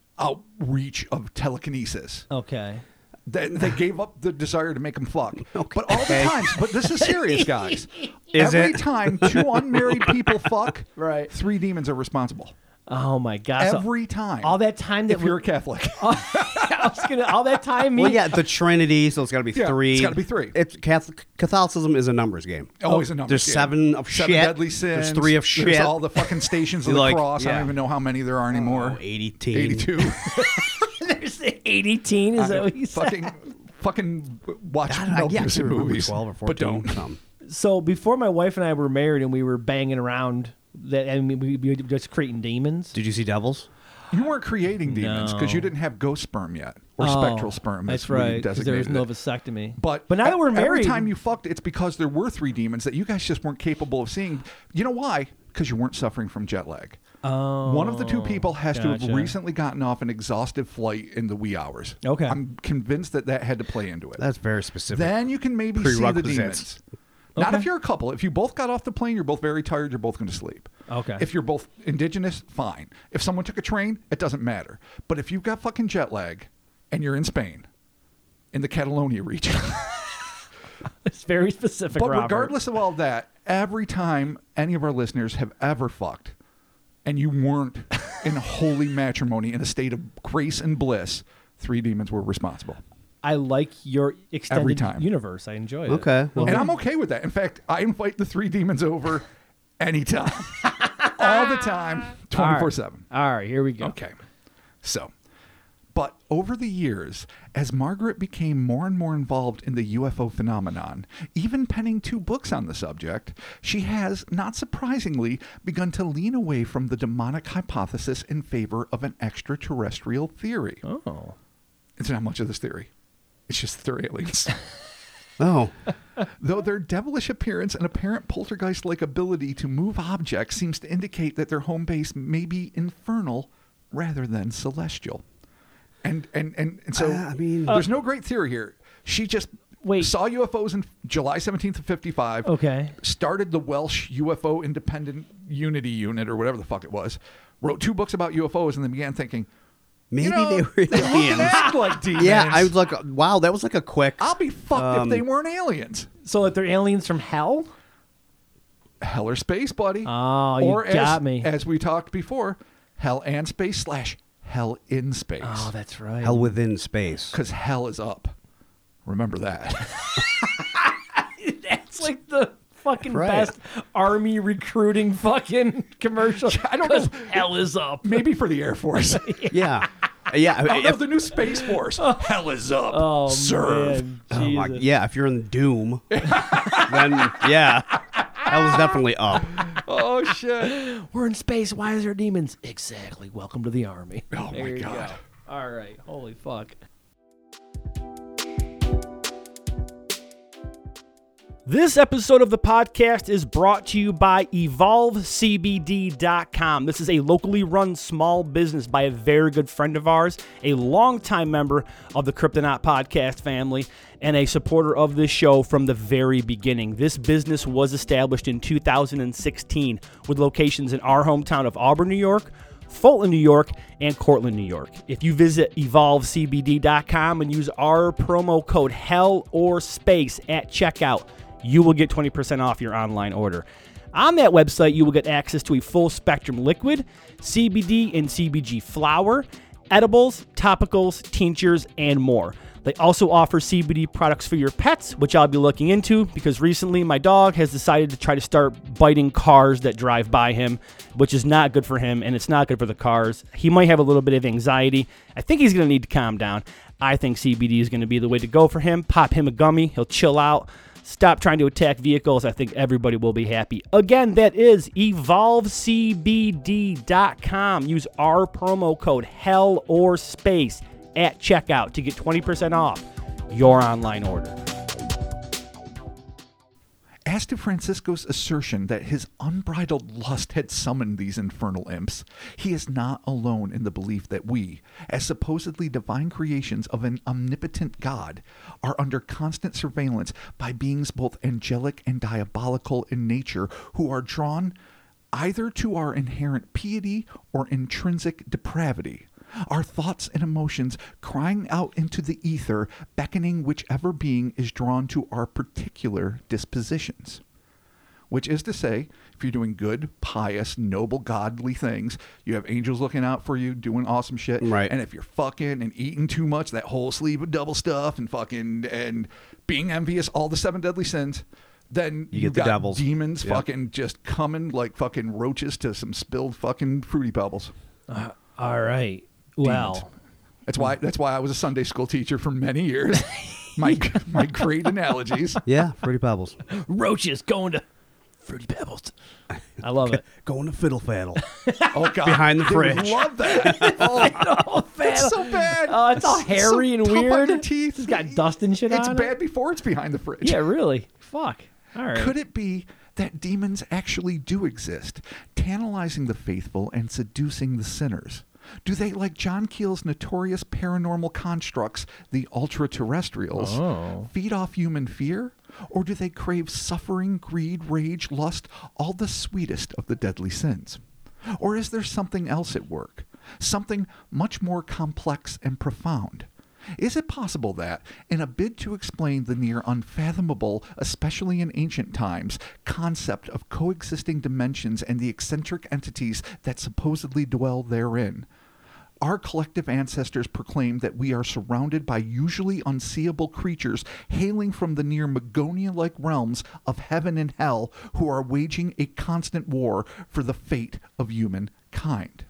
C: outreach of telekinesis.
A: Okay.
C: They, they gave up the desire to make them fuck. But all the times, but this is serious, guys.
B: Is
C: Every
B: it?
C: time two unmarried people fuck,
A: Right.
C: three demons are responsible.
A: Oh my gosh. So
C: Every time.
A: all that time that
C: if
A: we
C: you're a
A: were,
C: Catholic.
B: Uh,
A: I was gonna, all that time. Me,
B: Well, yeah, the Trinity, so it's got to be
C: Yeah,
B: three.
C: it's gotta be three.
B: It's Catholic, Catholicism is a numbers game.
C: Always a number.
B: There's
C: game.
B: seven of
C: seven
B: shit.
C: deadly sins.
B: There's three of shit.
C: There's all the fucking stations of the
B: Like,
C: cross. I
B: yeah.
C: don't even know how many there are anymore.
B: Oh, 82.
C: 82.
A: there's the 18. Is that what you said?
C: fucking, fucking watch
B: I,
C: Mel
B: I, uh, yeah, I
C: Gibson
B: remember
C: Oh, movies.
B: 12 or 14.
C: But don't.
B: Some.
A: So before my wife and I were married and we were banging around, that and we, we were just creating demons.
B: Did you see Devils?
C: You weren't creating demons because you
A: No.
C: didn't have ghost sperm yet or
B: Oh,
C: spectral sperm.
A: Oh, That's
C: as we
A: right. 'cause There was
C: designated
A: no
C: it.
A: vasectomy.
C: But e-
A: but now that we're
C: every
A: married,
C: time you fucked, it's because there were three demons that you guys just weren't capable of seeing. You know why? Because you weren't suffering from jet lag. Oh, One of the two people has to
A: Oh, gotcha.
C: have recently gotten off an exhaustive flight in the wee hours.
A: Okay.
C: I'm convinced that that had to play into it.
B: That's very specific.
C: then you can maybe see the
B: Prerequisites.
C: demons. Not
A: Okay.
C: if you're a couple. If you both got off the plane, you're both very tired. You're both going to sleep.
A: Okay.
C: If you're both indigenous, fine. If someone took a train, it doesn't matter. But if you've got fucking jet lag, and you're in Spain, in the Catalonia region.
A: it's very specific.
C: But
A: Robert.
C: regardless of all that, every time any of our listeners have ever fucked and you weren't in holy matrimony in a state of grace and bliss, three demons were responsible.
A: I like your extended
C: time.
A: universe. I enjoy it.
B: Okay, well-
C: And I'm okay with that. In fact, I invite the three demons over anytime, all the time, 24 7.
A: All right, here we go.
C: Okay. So, but over the years, as Margaret became more and more involved in the UFO phenomenon, even penning two books on the subject, she has, not surprisingly, begun to lean away from the demonic hypothesis in favor of an extraterrestrial theory.
A: Oh.
C: It's not much of this theory, it's just they're aliens.
B: Oh,
C: Though their devilish appearance and apparent poltergeist like ability to move objects seems to indicate that their home base may be infernal rather than celestial. And and and, and so
B: Uh, I mean-
C: there's no great theory here. She just
A: Wait.
C: saw UFOs in July 17th of 55.
A: Okay.
C: Started the Welsh UFO Independent Unity Unit or whatever the fuck it was. Wrote two books about UFOs and then began thinking
B: maybe
C: you know,
B: they were
C: they fucking
B: aliens.
C: act like demons.
B: yeah, I was like, wow, that was like a quick.
C: I'll be fucked if
B: Um,
C: they weren't aliens.
A: So that they're aliens from hell?
C: hell or space, buddy.
A: Oh, you
C: as,
A: got me.
C: As we talked before, hell and space slash hell in space.
A: Oh, that's right.
B: hell within space.
C: Because hell is up. Remember that.
A: That's like the fucking
B: Right.
A: best army recruiting fucking commercial.
C: I don't know.
A: 'Cause Hell is up.
C: Maybe for the Air Force.
B: Yeah, yeah.
C: oh, no,
B: if-
C: the new Space Force. hell is up.
A: Oh,
C: Serve.
A: man.
B: oh my-
A: Jesus.
B: yeah, if you're in Doom, then yeah, hell was definitely up.
C: Oh, shit.
A: We're in space. Why is there demons? Exactly. Welcome to the army.
C: Oh,
A: There
C: my
A: you
C: God.
A: go. All right. Holy fuck. This episode of the podcast is brought to you by EvolveCBD.com. This is a locally run small business by a very good friend of ours, a longtime member of the Kryptonaut podcast family, and a supporter of this show from the very beginning. This business was established in 2016 with locations in our hometown of Auburn, New York. Fulton, New York, and Cortland, New York. If you visit evolvecbd.com and use our promo code HELL or SPACE at checkout, you will get 20% off your online order. On that website, you will get access to a full spectrum liquid, CBD and CBG flower, edibles, topicals, tinctures, and more. They also offer CBD products for your pets, which I'll be looking into because recently my dog has decided to try to start biting cars that drive by him, which is not good for him and it's not good for the cars. He might have a little bit of anxiety. I think he's going to need to calm down. I think CBD is going to be the way to go for him. Pop him a gummy, he'll chill out. Stop trying to attack vehicles. I think everybody will be happy. Again, that is evolvecbd.com. Use our promo code hell or space at checkout to get 20% off your online order.
C: As to Francisco's assertion that his unbridled lust had summoned these infernal imps, he is not alone in the belief that we, as supposedly divine creations of an omnipotent God, are under constant surveillance by beings both angelic and diabolical in nature who are drawn either to our inherent piety or intrinsic depravity. Our thoughts and emotions crying out into the ether, beckoning whichever being is drawn to our particular dispositions. Which is to say, if you're doing good, pious, noble, godly things, you have angels looking out for you, doing awesome shit.
B: Right.
C: And if you're fucking and eating too much, that whole sleeve of double stuff and fucking and being envious, all the seven deadly sins, then you,
B: get the
C: got
B: devils.
C: demons
B: Yep.
C: fucking just coming like fucking roaches to some spilled fucking fruity pebbles.
A: All right. Well,
C: That's why. That's why I was a Sunday school teacher for many years. my my great analogies.
B: Yeah, Fruity Pebbles.
A: roaches going to Fruity Pebbles. I love it.
B: Going to Fiddle Faddle.
C: Oh God,
B: Behind the
C: they would
B: fridge.
C: Love that. Oh,
A: Oh,
C: it's so bad.
A: Oh, it's all
C: so
A: hairy and
C: tough on
A: weird.
C: your teeth.
A: It's got dust and shit
C: It's
A: on it.
C: bad before it's behind the fridge.
A: Yeah, really. Fuck. All right.
C: Could it be that demons actually do exist, tantalizing the faithful and seducing the sinners? Do they, like John Keel's notorious paranormal constructs, the ultra terrestrials,
A: Oh.
C: feed off human fear? Or do they crave suffering, greed, rage, lust, all the sweetest of the deadly sins? Or is there something else at work? Something much more complex and profound? Is it possible that, in a bid to explain the near unfathomable, especially in ancient times, concept of coexisting dimensions and the eccentric entities that supposedly dwell therein, our collective ancestors proclaim that we are surrounded by usually unseeable creatures hailing from the near Megonia like realms of heaven and hell who are waging a constant war for the fate of humankind.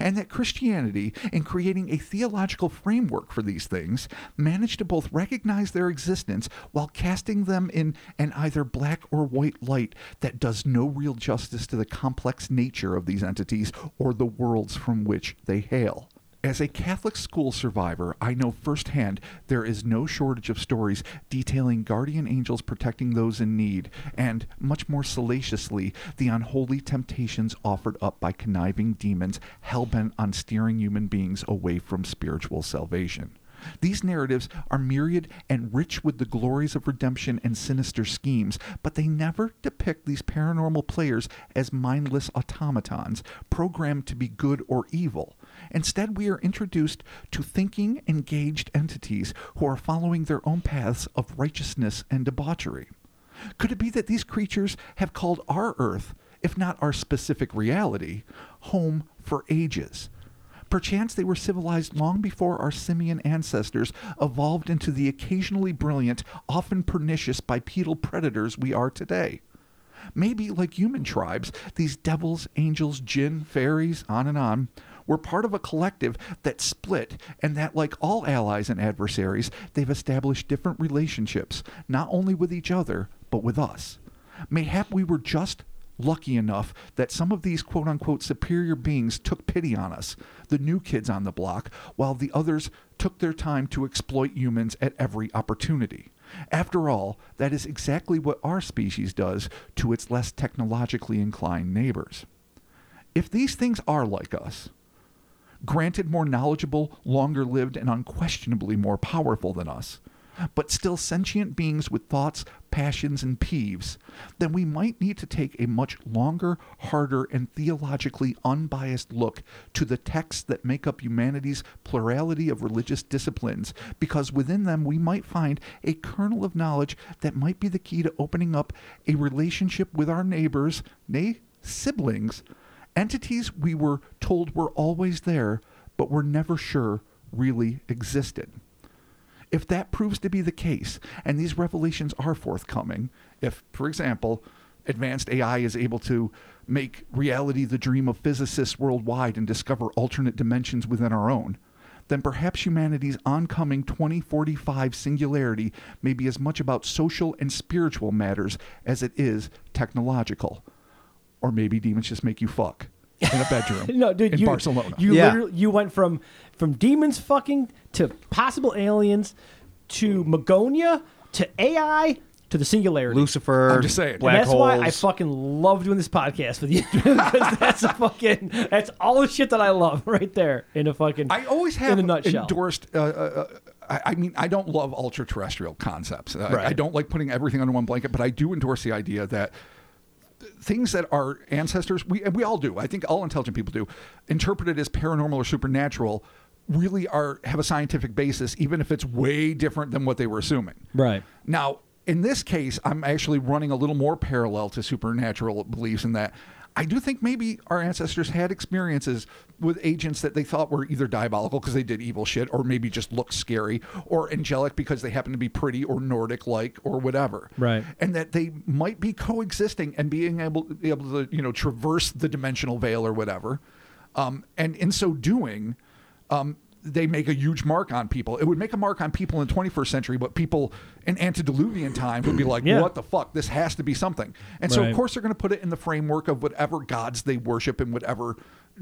C: And that Christianity, in creating a theological framework for these things, managed to both recognize their existence while casting them in an either black or white light that does no real justice to the complex nature of these entities or the worlds from which they hail. As a Catholic school survivor, I know firsthand there is no shortage of stories detailing guardian angels protecting those in need, and, much more salaciously, the unholy temptations offered up by conniving demons hell bent on steering human beings away from spiritual salvation. These narratives are myriad and rich with the glories of redemption and sinister schemes, but they never depict these paranormal players as mindless automatons programmed to be good or evil. Instead, we are introduced to thinking, engaged entities who are following their own paths of righteousness and debauchery. Could it be that these creatures have called our Earth, if not our specific reality, home for ages? Perchance they were civilized long before our simian ancestors evolved into the occasionally brilliant, often pernicious bipedal predators we are today. Maybe, like human tribes, these devils, angels, jinn, fairies, on and on, were part of a collective that split, and that, like all allies and adversaries, they've established different relationships, not only with each other, but with us. Mayhap we were just lucky enough that some of these quote unquote superior beings took pity on us, the new kids on the block, while the others took their time to exploit humans at every opportunity. After all, that is exactly what our species does to its less technologically inclined neighbors. If these things are like us, granted more knowledgeable, longer lived, and unquestionably more powerful than us, but still sentient beings with thoughts, passions, and peeves, then we might need to take a much longer, harder, and theologically unbiased look to the texts that make up humanity's plurality of religious disciplines, because within them we might find a kernel of knowledge that might be the key to opening up a relationship with our neighbors, nay, siblings, entities we were told were always there, but were never sure really existed. If that proves to be the case, and these revelations are forthcoming, if, for example, advanced AI is able to make reality the dream of physicists worldwide and discover alternate dimensions within our own, then perhaps humanity's oncoming 2045 singularity may be as much about social and spiritual matters as it is technological. Or maybe demons just make you fuck in a bedroom
A: no, dude,
C: in
A: you,
C: Barcelona.
A: You
B: Yeah.
A: literally you went from from demons fucking to possible aliens to Megonia to AI to the singularity.
B: Lucifer.
C: I'm just saying.
A: And
B: Black
A: that's
B: holes.
A: why I fucking love doing this podcast with you because that's a fucking that's all the shit that I love right there in a fucking
C: I always have
A: in a nutshell.
C: endorsed. Uh, uh, uh, I, I mean, I don't love ultra terrestrial concepts. I,
A: Right.
C: I don't like putting everything under one blanket, but I do endorse the idea that th- things that our ancestors we and we all do. I think all intelligent people do interpreted as paranormal or supernatural really are have a scientific basis, even if it's way different than what they were assuming.
A: Right.
C: Now, in this case, I'm actually running a little more parallel to supernatural beliefs in that I do think maybe our ancestors had experiences with agents that they thought were either diabolical because they did evil shit or maybe just looked scary or angelic because they happened to be pretty or Nordic like or whatever.
A: Right.
C: And that they might be coexisting and being able be able to, you know, traverse the dimensional veil or whatever. Um, and in so doing, um, they make a huge mark on people. It would make a mark on people in the 21st century, but people in antediluvian times would be like,
A: Yeah.
C: what the fuck? This has to be something. And so,
A: Right.
C: of course, they're going to put it in the framework of whatever gods they worship and whatever,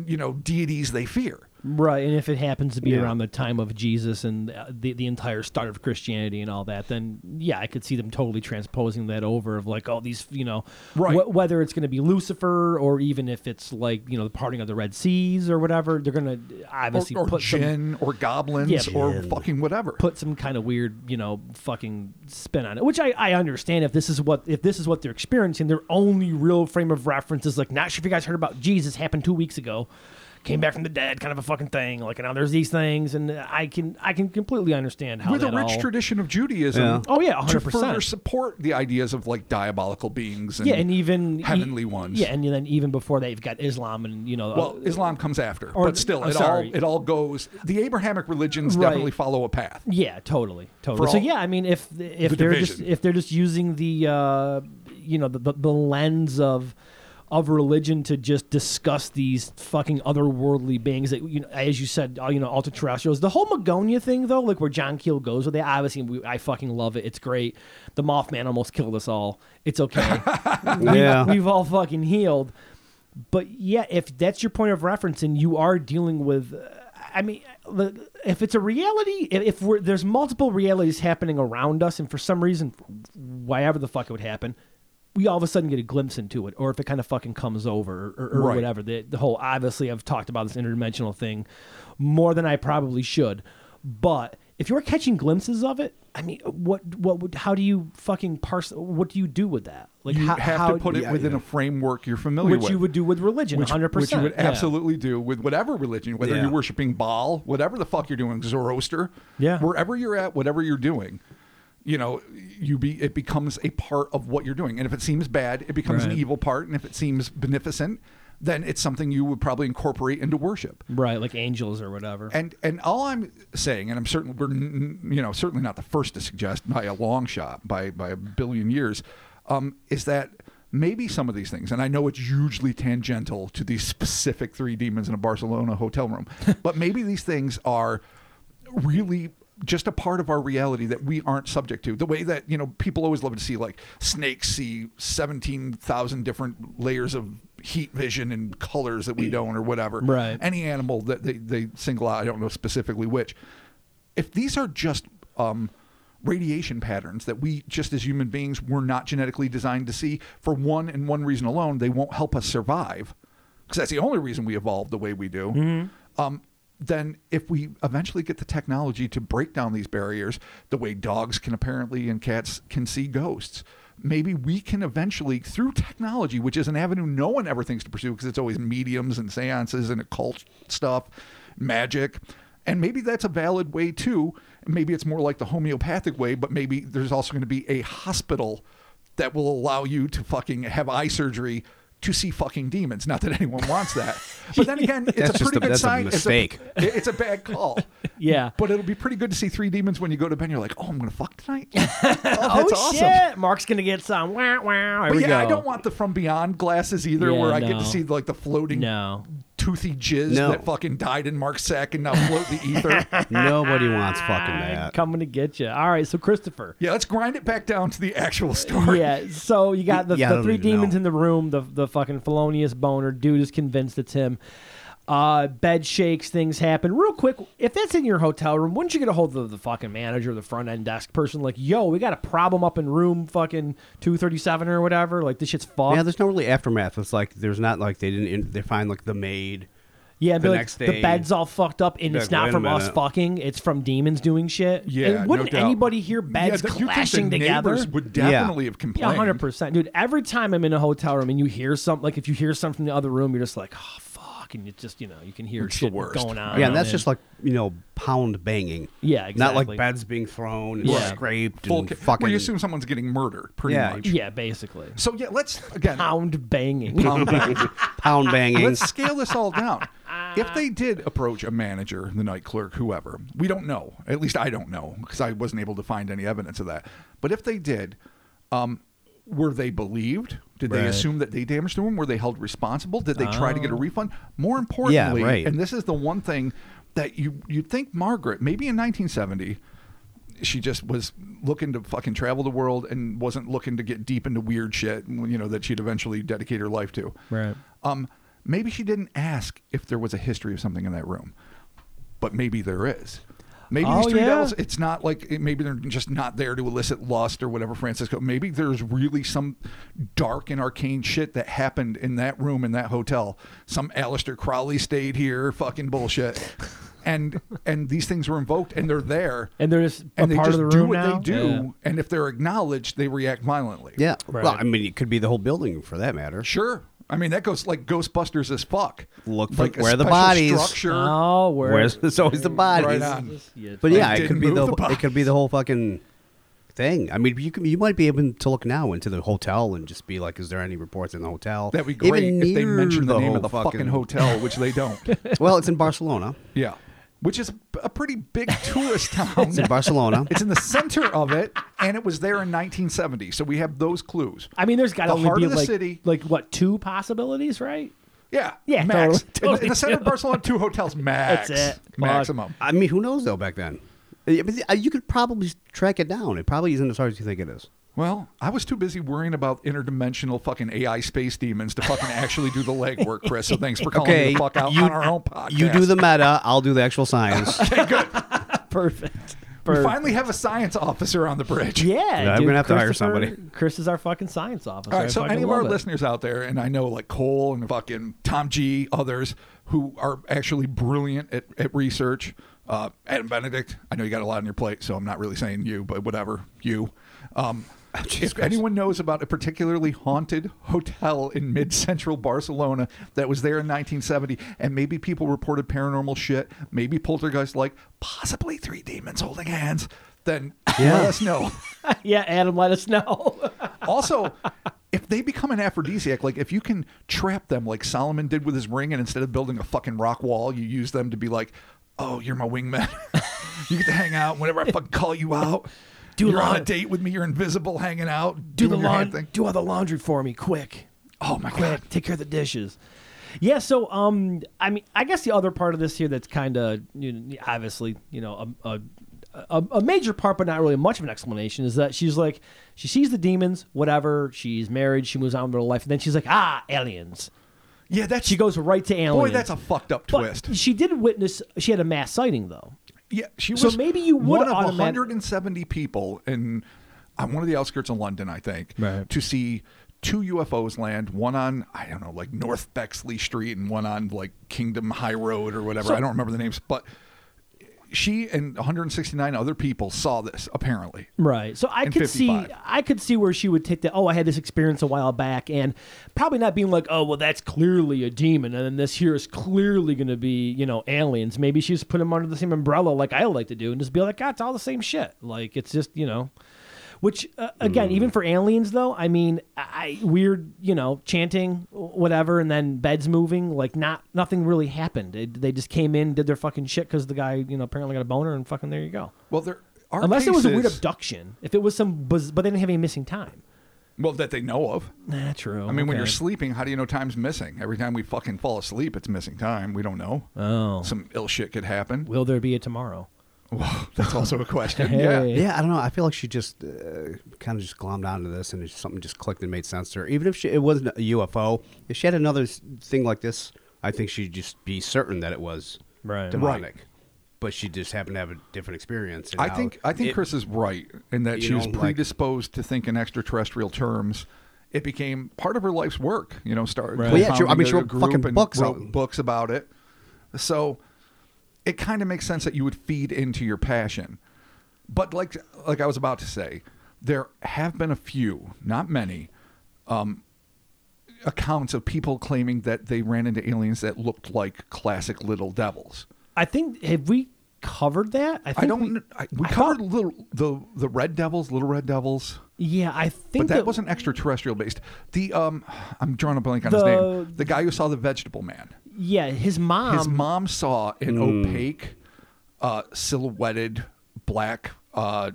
C: you know, deities they fear.
A: Right, and if it happens to be
B: Yeah.
A: around the time of Jesus and uh, the the entire start of Christianity and all that, then yeah, I could see them totally transposing that over of like all these, you know,
C: Right.
A: wh- whether it's going to be Lucifer or even if it's like you know the parting of the Red Seas or whatever, they're going to
C: Or,
A: obviously
C: or
A: put some
C: jinn or goblins
A: Yeah.
C: or
A: Jinn.
C: fucking whatever.
A: put some kind of weird you know fucking spin on it, which I I understand if this is what if this is what they're experiencing, their only real frame of reference is like not sure if you guys heard about Jesus happened two weeks ago came back from the dead, kind of a fucking thing. Like now there's these things, and I can I can completely understand how
C: with a
A: that
C: rich
A: all-
C: tradition of Judaism.
B: Yeah.
A: Oh, yeah,
C: to
A: 100%.
C: further support the ideas of like diabolical beings and,
A: yeah, and even
C: heavenly
A: e-
C: ones.
A: Yeah, and then even before that, you've got Islam, and you know,
C: well,
A: uh,
C: Islam comes after,
A: Or-
C: but still,
A: I'm
C: it
A: sorry.
C: all it all goes. The Abrahamic religions
A: Right.
C: definitely follow a path.
A: yeah, totally, totally.
C: For
A: so
C: all-
A: yeah, I mean, if if
C: The
A: they're just
C: division.
A: if they're just using the uh, you know the, the the lens of of religion to just discuss these fucking otherworldly beings that you know, as you said, uh, you know, ultra terrestrials. The whole Magonia thing though, like where John Keel goes with it, obviously we, I fucking love it. It's great. The Mothman almost killed us all. It's okay.
B: yeah.
A: we've all fucking healed. But yeah, if that's your point of reference and you are dealing with, uh, I mean, the- if it's a reality, if, if we're, there's multiple realities happening around us, and for some reason, whatever the fuck it would happen, we all of a sudden get a glimpse into it, or if it kind of fucking comes over, or, or
C: Right.
A: whatever. The, the whole obviously, I've talked about this interdimensional thing more than I probably should, but if you're catching glimpses of it, I mean, what, what would, how do you fucking parse? What do you do with that? Like,
C: you
A: how,
C: have
A: how-
C: to put it
B: yeah,
C: within
B: yeah.
C: a framework you're familiar
A: which
C: with.
A: you would do with religion,
C: which,
A: hundred
C: which you
A: percent.
C: would absolutely do with whatever religion, whether
B: Yeah.
C: you're worshiping Baal, whatever the fuck you're doing, Zoroaster,
A: Yeah.
C: wherever you're at, whatever you're doing, you know, you be it becomes a part of what you're doing. And if it seems bad, it becomes
A: Right.
C: an evil part, and if it seems beneficent, then it's something you would probably incorporate into worship.
A: right, like angels or whatever.
C: And and all I'm saying, and I'm certain we're n- n- you know certainly not the first to suggest by a long shot, by by a billion years, um, is that maybe some of these things, and I know it's hugely tangential to these specific three demons in a Barcelona hotel room, but maybe these things are really just a part of our reality that we aren't subject to. The way that, you know, people always love to see like snakes see 17,000 different layers of heat vision and colors that we don't or whatever.
A: Right.
C: Any animal that they, they single out, I don't know specifically which. If these are just um, radiation patterns that we just as human beings were not genetically designed to see for one and one reason alone, they won't help us survive because that's the only reason we evolved the way we do. Um, then, if we eventually get the technology to break down these barriers, the way dogs can apparently and cats can see ghosts, maybe we can eventually, through technology, which is an avenue no one ever thinks to pursue because it's always mediums and seances and occult stuff, magic. And maybe that's a valid way too. Maybe it's more like the homeopathic way, but maybe there's also going to be a hospital that will allow you to fucking have eye surgery to see fucking demons. Not that anyone wants that, but then again, it's
B: That's
C: a
B: just
C: pretty
B: a-
C: good
B: that's a
C: sign. It's
B: mistake.
C: It's a, bad call.
A: Yeah.
C: but it'll be pretty good to see three demons when you go to bed. and You're like, oh, I'm gonna fuck tonight. oh, that's
A: oh
C: awesome.
A: shit! Mark's gonna get some. Wow, wow.
C: But yeah, I don't want the from beyond glasses either,
A: Yeah,
C: where I get
A: no.
C: to see like the floating
A: No.
C: toothy jizz
B: No.
C: that fucking died in Mark's sack and now float the ether.
B: Nobody wants fucking
A: I'm
B: that.
A: coming to get you. All right, so Christopher.
C: yeah, let's grind it back down to the actual story.
A: Yeah, so you got the,
B: Yeah, I
A: the
B: don't
A: three
B: even
A: demons
B: know.
A: in the room. The the fucking felonious boner dude is convinced it's him. Uh, bed shakes, things happen. Real quick, if that's in your hotel room, wouldn't you get a hold of the fucking manager, the front end desk person? Like, yo, we got a problem up in room fucking two thirty seven or whatever. Like this shit's fucked.
B: Yeah, there's no really aftermath. It's like there's not like they didn't in, they find like the maid.
A: Yeah,
B: the
A: the, like,
B: next
A: the
B: day-
A: bed's all fucked up, and
B: Be
A: it's
B: like,
A: not
B: "Wait a
A: from us
B: minute."
A: fucking. It's from demons doing shit.
C: Yeah,
A: and
C: no
A: wouldn't
C: doubt.
A: anybody hear
C: Yeah,
A: beds
C: th- you'd think
A: clashing
C: the
A: together?
C: neighbors would definitely have
A: yeah,
C: complained.
A: hundred percent, dude. Every time I'm in a hotel room and you hear something, like if you hear something from the other room, you're just like, oh fuck, and you just you know you can hear
C: It's the
A: shit
C: worst.
A: going on.
B: yeah, and that's just like you know pound banging.
A: Yeah,
B: Not
A: exactly.
B: like beds being thrown and
A: Yeah.
B: scraped
C: Full
B: and
C: ca-
B: fucking.
C: Well, you assume someone's getting murdered, pretty
B: Yeah.
C: much.
A: yeah, basically
C: So yeah, let's again.
A: pound banging.
B: pound banging.
C: Let's scale this all down. If they did approach a manager, the night clerk, whoever, we don't know. At least I don't know because I wasn't able to find any evidence of that. But if they did, um, were they believed? Did they
B: Right. Oh.
C: assume that they damaged the room? Were they held responsible? Did they try to get a refund? More importantly,
B: right.
C: and this is the one thing that you you'd think Margaret, maybe in 1970, she just was looking to fucking travel the world and wasn't looking to get deep into weird shit, you know, that she'd eventually dedicate her life to.
A: Right.
C: Um, maybe she didn't ask if there was a history of something in that room, but maybe there is. Maybe
A: Oh,
C: these three
A: yeah.
C: devils, it's not like it- maybe they're just not there to elicit lust or whatever, Francisco. Maybe there's really some dark and arcane shit that happened in that room in that hotel. Some Aleister Crowley stayed here, fucking bullshit. And and these things were invoked and they're there.
A: And they're just a
C: and they
A: part of
C: just
A: the
C: do
A: room
C: what
A: now?
C: they do.
A: Yeah.
C: And if they're acknowledged, they react violently.
B: Yeah. Well,
A: Right.
B: I mean, it could be the whole building for that matter.
C: Sure. I mean, that goes like Ghostbusters as fuck.
B: Look for-
C: like a
B: where are the
C: special
B: bodies?
C: Structure.
A: oh, where?
B: Where's it's always the bodies.
C: Right on.
B: But
C: They
B: yeah, it
C: didn't
B: could be
C: move
B: the,
C: the
B: it could be the whole fucking thing. I mean, you can, you might be able to look now into the hotel and just be like, is there any reports in the hotel?
C: That'd be
B: Even
C: great if they
B: near
C: mentioned the, name of
B: whole
C: the fucking, hotel, which they don't.
B: well, it's in Barcelona.
C: yeah. Which is a pretty big tourist town.
B: It's in Barcelona.
C: It's in the center of it, and it was there in 1970. So we have those clues.
A: I mean, there's got to
C: The
A: only
C: heart
A: be
C: of the
A: like
C: city.
A: like what two possibilities, right?
C: Yeah.
A: Yeah,
C: Max.
A: totally,
C: in, the, in the center of
A: totally.
C: Barcelona, two hotels max.
A: That's it.
C: Maximum.
B: I mean, who knows though? Back then, I mean, uh, you could probably track it down. It probably isn't as hard as you think it is.
C: Well, I was too busy worrying about interdimensional fucking AI space demons to fucking actually do the legwork, Chris. So thanks for calling me the fuck out on our own podcast.
B: you do the meta. I'll do the actual science.
A: Perfect.
C: We
A: Perfect.
C: finally have a science officer on the bridge.
A: Yeah,
B: I'm
A: dude,
B: gonna have to hire
A: Christopher-
B: somebody.
A: Chris is our fucking science officer.
C: All right,
A: I
C: so
A: fucking
C: any of our
A: love it.
C: listeners out there, and I know like Cole and fucking Tom G, others who are actually brilliant at, at research. Uh, Adam Benedict, I know you got a lot on your plate, so I'm not really saying you, but whatever, you. Um, if anyone knows about a particularly haunted hotel in mid central Barcelona that was there in 1970, and maybe people reported paranormal shit, maybe poltergeist like, possibly three demons holding hands, then let us know.
A: yeah, Adam, let us know.
C: Also, if they become an aphrodisiac, like if you can trap them like Solomon did with his ring, and instead of building a fucking rock wall, you use them to be like, oh, you're my wingman. you get to hang out whenever I fucking call you out.
A: Do
C: you're on a
A: laun-
C: date with me. You're invisible, hanging out,
A: do the
C: doing your hand
A: laundry.
C: thing.
A: Do all the laundry for me, quick.
C: Oh my god!
A: Quick, take care of the dishes. Yeah, so um, I mean, I guess the other part of this here that's kind of you know, obviously, you know, a, a a a major part, but not really much of an explanation, is that she's like, she sees the demons, whatever. She's married, she moves on with her life, and then she's like, ah, aliens.
C: Yeah, that's
A: She goes right to aliens.
C: Boy, that's a fucked up
A: But
C: twist.
A: She did witness. She had a mass sighting though.
C: Yeah, she was.
A: So maybe you would
C: one of
A: automat-
C: 170 people in on one of the outskirts of London, I think,
A: Right.
C: to see two UFOs land. One on I don't know, like North Bexley Street, and one on like Kingdom High Road or whatever. I don't remember the names, but she and 169 other people saw this apparently.
A: Right. So I
C: And
A: could
C: 55.
A: see I could see where she would take that, oh, I had this experience a while back and probably not being like, oh, well that's clearly a demon and then this here is clearly going to be, you know, aliens. Maybe she's put them under the same umbrella like I like to do and just be like, God, it's all the same shit. Like it's just, you know, which uh, again, even for aliens though, I mean, I I- weird, you know, chanting whatever and then beds moving, like not nothing really happened. It, they just came in, did their fucking shit cuz the guy, you know, apparently got a boner and fucking there you go.
C: Well, there are
A: Unless it was a weird
C: cases-
A: abduction. If it was some, buzz, but they didn't have any missing time.
C: well that they know of.
A: Nah, true.
C: I mean, when you're sleeping, how do you know time's missing? Every time we fucking fall asleep, it's missing time. We don't know.
A: Oh.
C: Some ill shit could happen.
A: will there be a tomorrow?
C: Well, that's also a question.
A: Hey.
C: Yeah.
B: Yeah, I don't know. I feel like she just uh, kind of just glommed onto this, and it's something just clicked and made sense to her. Even if she, it wasn't a UFO, if she had another s- thing like this, I think she'd just be certain that it was
D: Right.
B: demonic, but she just happened to have a different experience. and
C: I
B: now
C: think uh, I think
B: it-
C: Chris is right in that
B: you
C: she was
B: know, like-
C: predisposed to think in extraterrestrial terms. It became part of her life's work, you know. Started.
D: Right.
B: Well, yeah, sure. I
C: founding
B: mean, she
C: a
B: wrote
C: group
B: fucking
C: and
B: books
C: wrote
B: on-
C: books about it. So it kind of makes sense that you would feed into your passion. But like like I was about to say, there have been a few, not many, um, accounts of people claiming that they ran into aliens that looked like classic little devils.
A: I think have we covered that? I, think
C: I don't.
A: We,
C: kn- I, we covered little the the red devils, little red devils,
A: yeah, I think
C: but that
A: that
C: wasn't extraterrestrial based. The um, I'm drawing a blank on his
A: The-
C: name. The guy who saw the Vegetable Man.
A: Yeah, his mom.
C: His mom saw an
A: hmm.
C: opaque, uh, silhouetted black uh,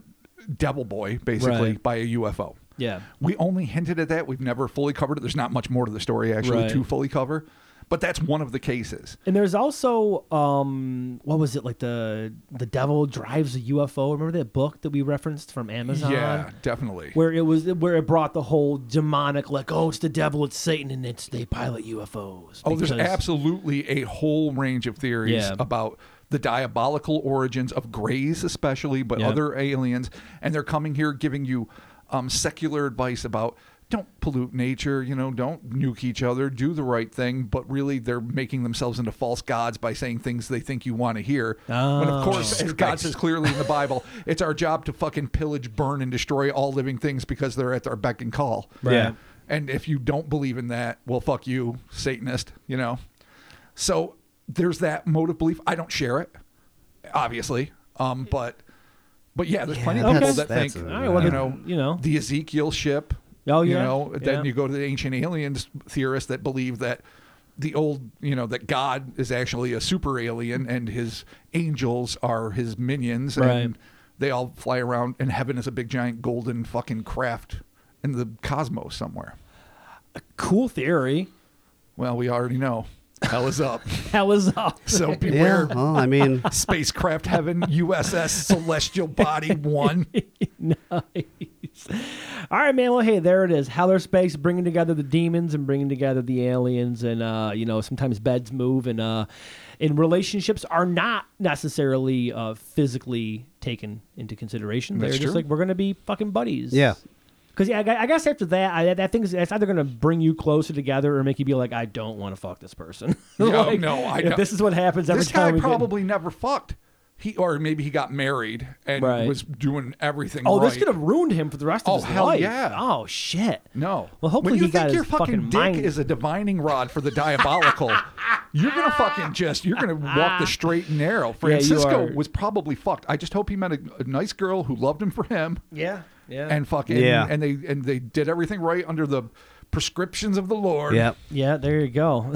C: devil boy, basically
A: Right.
C: by a UFO.
A: Yeah.
C: we only hinted at that. We've never fully covered it. There's not much more to the story actually
A: Right.
C: to fully cover, but that's one of the cases.
A: And there's also um, what was it like the the devil drives a UFO? Remember that book that we referenced from Amazon?
C: Yeah, definitely.
A: Where it was where it brought the whole demonic like oh it's the devil it's Satan and it's they pilot UFOs.
C: Oh, there's
A: because-
C: absolutely a whole range of theories
A: Yeah.
C: about the diabolical origins of Greys, especially, but
D: Yeah.
C: other aliens. And they're coming here giving you um, secular advice about don't pollute nature, you know, don't nuke each other, do the right thing. But really, they're making themselves into false gods by saying things they think you want to hear. when, of
A: Oh,
C: course, as God says clearly in the Bible, it's our job to fucking pillage, burn, and destroy all living things because they're at our beck and call.
D: Yeah.
C: And if you don't believe in that, well, fuck you, Satanist, you know? So there's that mode of belief. I don't share it, obviously. Um, but, but yeah, there's plenty of
A: okay.
C: people
A: That's-
C: that
B: that's
C: think,
B: a-
A: All right, well,
C: you
A: then,
C: know,
A: you know.
C: the Ezekiel ship.
A: Oh,
C: You
A: yeah,
C: know, then
A: yeah.
C: you go to the ancient aliens theorists that believe that the old, you know, that God is actually a super alien and his angels are his minions
A: Right.
C: and they all fly around and heaven is a big giant golden fucking craft in the cosmos somewhere.
A: cool theory.
C: Well, we already know. Hell is up.
A: That was up.
C: so beware.
B: Yeah. Well, I mean,
C: Spacecraft Heaven, USS Celestial Body One.
A: All right, man. Well, hey, there it is. Howler Space bringing together the demons and bringing together the aliens, and uh, you know sometimes beds move, and uh, and relationships are not necessarily uh, physically taken into consideration. They're
C: That's
A: just
C: true.
A: like we're gonna be fucking buddies.
B: Yeah.
A: Because yeah, I gu- I guess after that, I, that thing is it's either gonna bring you closer together or make you be like, I don't want to fuck this person.
C: No, no, I
A: if
C: don't-
A: This is what happens every
C: This
A: time.
C: guy
A: we get-
C: probably never fucked. He or maybe he got married and
A: Right.
C: was doing everything.
A: Oh, this
C: right.
A: could have ruined him for the rest of
C: Oh,
A: his
C: hell
A: life.
C: yeah.
A: Oh shit.
C: No.
A: Well, hopefully
C: when you
A: he
C: think
A: got
C: your
A: his
C: fucking,
A: fucking
C: dick
A: mind-
C: is a divining rod for the diabolical, you're gonna fucking just you're gonna walk the straight and narrow. Francisco
A: are.
C: was probably fucked. I just hope he met a, a nice girl who loved him for him.
A: Yeah. Yeah.
C: and fucking
B: Yeah.
C: and they and they did everything right under the prescriptions of the Lord.
B: yeah.
A: yeah. There you go.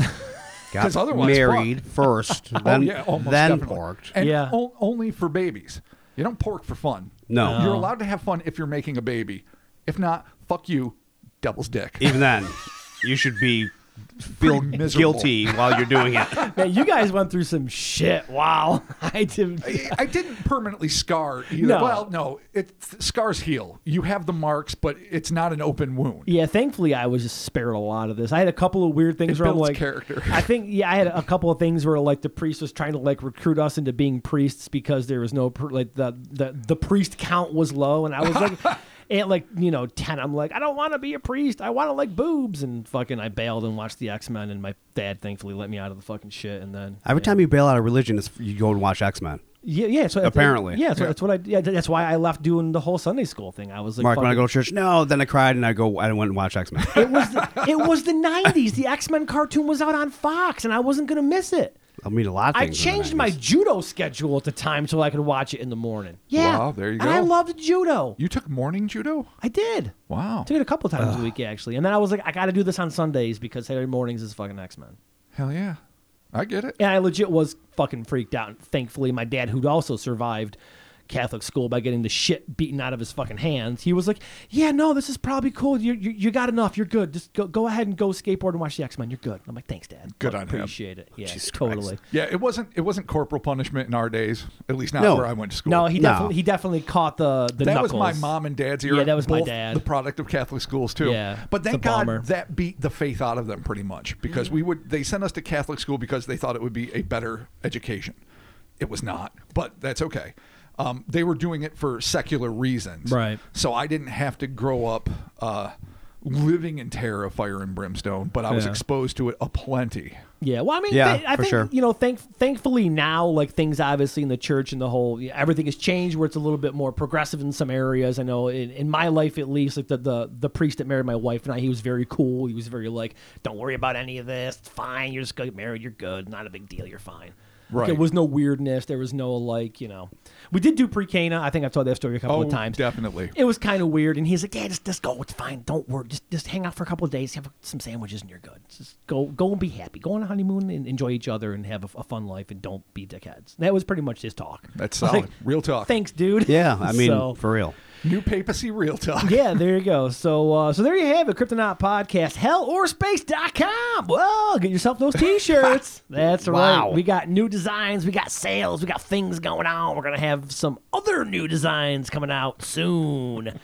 B: Got
C: 'Cause otherwise,
B: married first, then
C: oh, yeah, almost
B: then
C: definitely.
B: parked.
C: and
A: Yeah.
C: o- only for babies. You don't pork for fun.
B: No. No.
C: you're allowed to have fun if you're making a baby. If not, fuck you, devil's dick.
B: Even then, you should be feel
C: Pretty miserable.
B: guilty while you're doing it.
A: Man, you guys went through some shit. Wow. I didn't.
C: I- I didn't permanently scar either.
A: No.
C: Well, no, it scars heal. You have the marks, but it's not an open wound.
A: Yeah, thankfully I was just spared a lot of this. I had a couple of weird things
C: It
A: where I'm
C: builds
A: like
C: character.
A: I think yeah, I had a couple of things where like the priest was trying to like recruit us into being priests because there was no pr- like the the the priest count was low, and I was like. At like you know ten, I'm like I don't want to be a priest. I want to like boobs and fucking. I bailed and watched the X Men, and my dad thankfully let me out of the fucking shit. And then
B: Every time you bail out of religion, it's, you go and watch X Men.
A: yeah, yeah. So that's-
B: Apparently.
A: yeah, so that's what I. Yeah, that's why I left doing the whole Sunday school thing. I was like,
B: Mark, when I
A: fucking-
B: go to church, no. Then I cried and I go. I went and watched X Men.
A: It was the, it was the '90s. The X Men cartoon was out on Fox, and I wasn't gonna miss it.
B: I mean, a lot of
A: I
B: things. in the
A: changed my
B: 90s.
A: judo schedule at the time so I could watch it in the morning. Yeah,
C: Wow, there you
A: And I
C: go.
A: loved judo.
C: You took morning judo?
A: I did.
C: Wow.
A: Took it a couple times a week actually, and then I was like, I got to do this on Sundays because Saturday mornings is fucking X Men.
C: Hell yeah. I get it.
A: And I legit was fucking freaked out. Thankfully, my dad, who'd also survived Catholic school by getting the shit beaten out of his fucking hands. He was like, "Yeah, no, this is probably cool. You you, you got enough. You're good. Just go, go ahead and go skateboard and watch the X Men. You're good." I'm like, "Thanks, Dad.
C: Good
A: I
C: on him."
A: appreciate it. Yeah,
B: Jesus Christ.
A: totally.
C: Yeah, it wasn't it wasn't corporal punishment in our days, at least not
B: No.
C: where I went to school.
A: No, he
B: No.
A: definitely he definitely caught the Uh, the
C: that
A: knuckles.
C: was my mom and dad's era.
A: Yeah, that was my
C: both
A: dad.
C: The product of Catholic schools too.
A: Yeah,
C: but
A: it's a
C: thank God
A: bummer.
C: that beat the faith out of them pretty much because we would they sent us to Catholic school because they thought it would be a better education. It was not, but that's okay. Um, they were doing it for secular reasons,
A: Right.
C: So I didn't have to grow up uh, living in terror of fire and brimstone, but I was
A: Yeah.
C: exposed to it aplenty.
A: Yeah, well, I mean,
B: Yeah,
A: th- I
B: for
A: think
B: sure.
A: you know, thank- thankfully now, like things obviously in the church and the whole yeah, everything has changed, where it's a little bit more progressive in some areas. I know in, in my life at least, like the, the the priest that married my wife and I, he was very cool. He was very like, don't worry about any of this. It's fine. You're just gonna get married. You're good. Not a big deal. You're fine.
C: Right.
A: There was no weirdness. There was no like, you know, we did do pre Cana. I think I've told that story a couple
C: Oh,
A: of times.
C: definitely.
A: It was kind of weird, and he's like, "Yeah, just, just go. It's fine. Don't worry. Just just hang out for a couple of days, have some sandwiches, and you're good. Just go go and be happy. Go on a honeymoon and enjoy each other and have a, a fun life, and don't be dickheads." That was pretty much his talk.
C: That's solid,
A: Like,
C: real talk.
A: Thanks, dude.
B: Yeah, I mean,
A: So,
B: for real.
C: New papacy, real talk.
A: yeah, there you go. So uh, so there you have it, Kryptonaut Podcast, hellorspace.com. Well, get yourself those t-shirts. That's
B: Wow.
A: right. We got new designs, we got sales, we got things going on. We're going to have some other new designs coming out soon.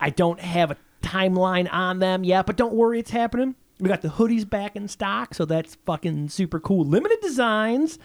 A: I don't have a timeline on them yet, but don't worry, it's happening. We got the hoodies back in stock, so that's fucking super cool. Limited designs.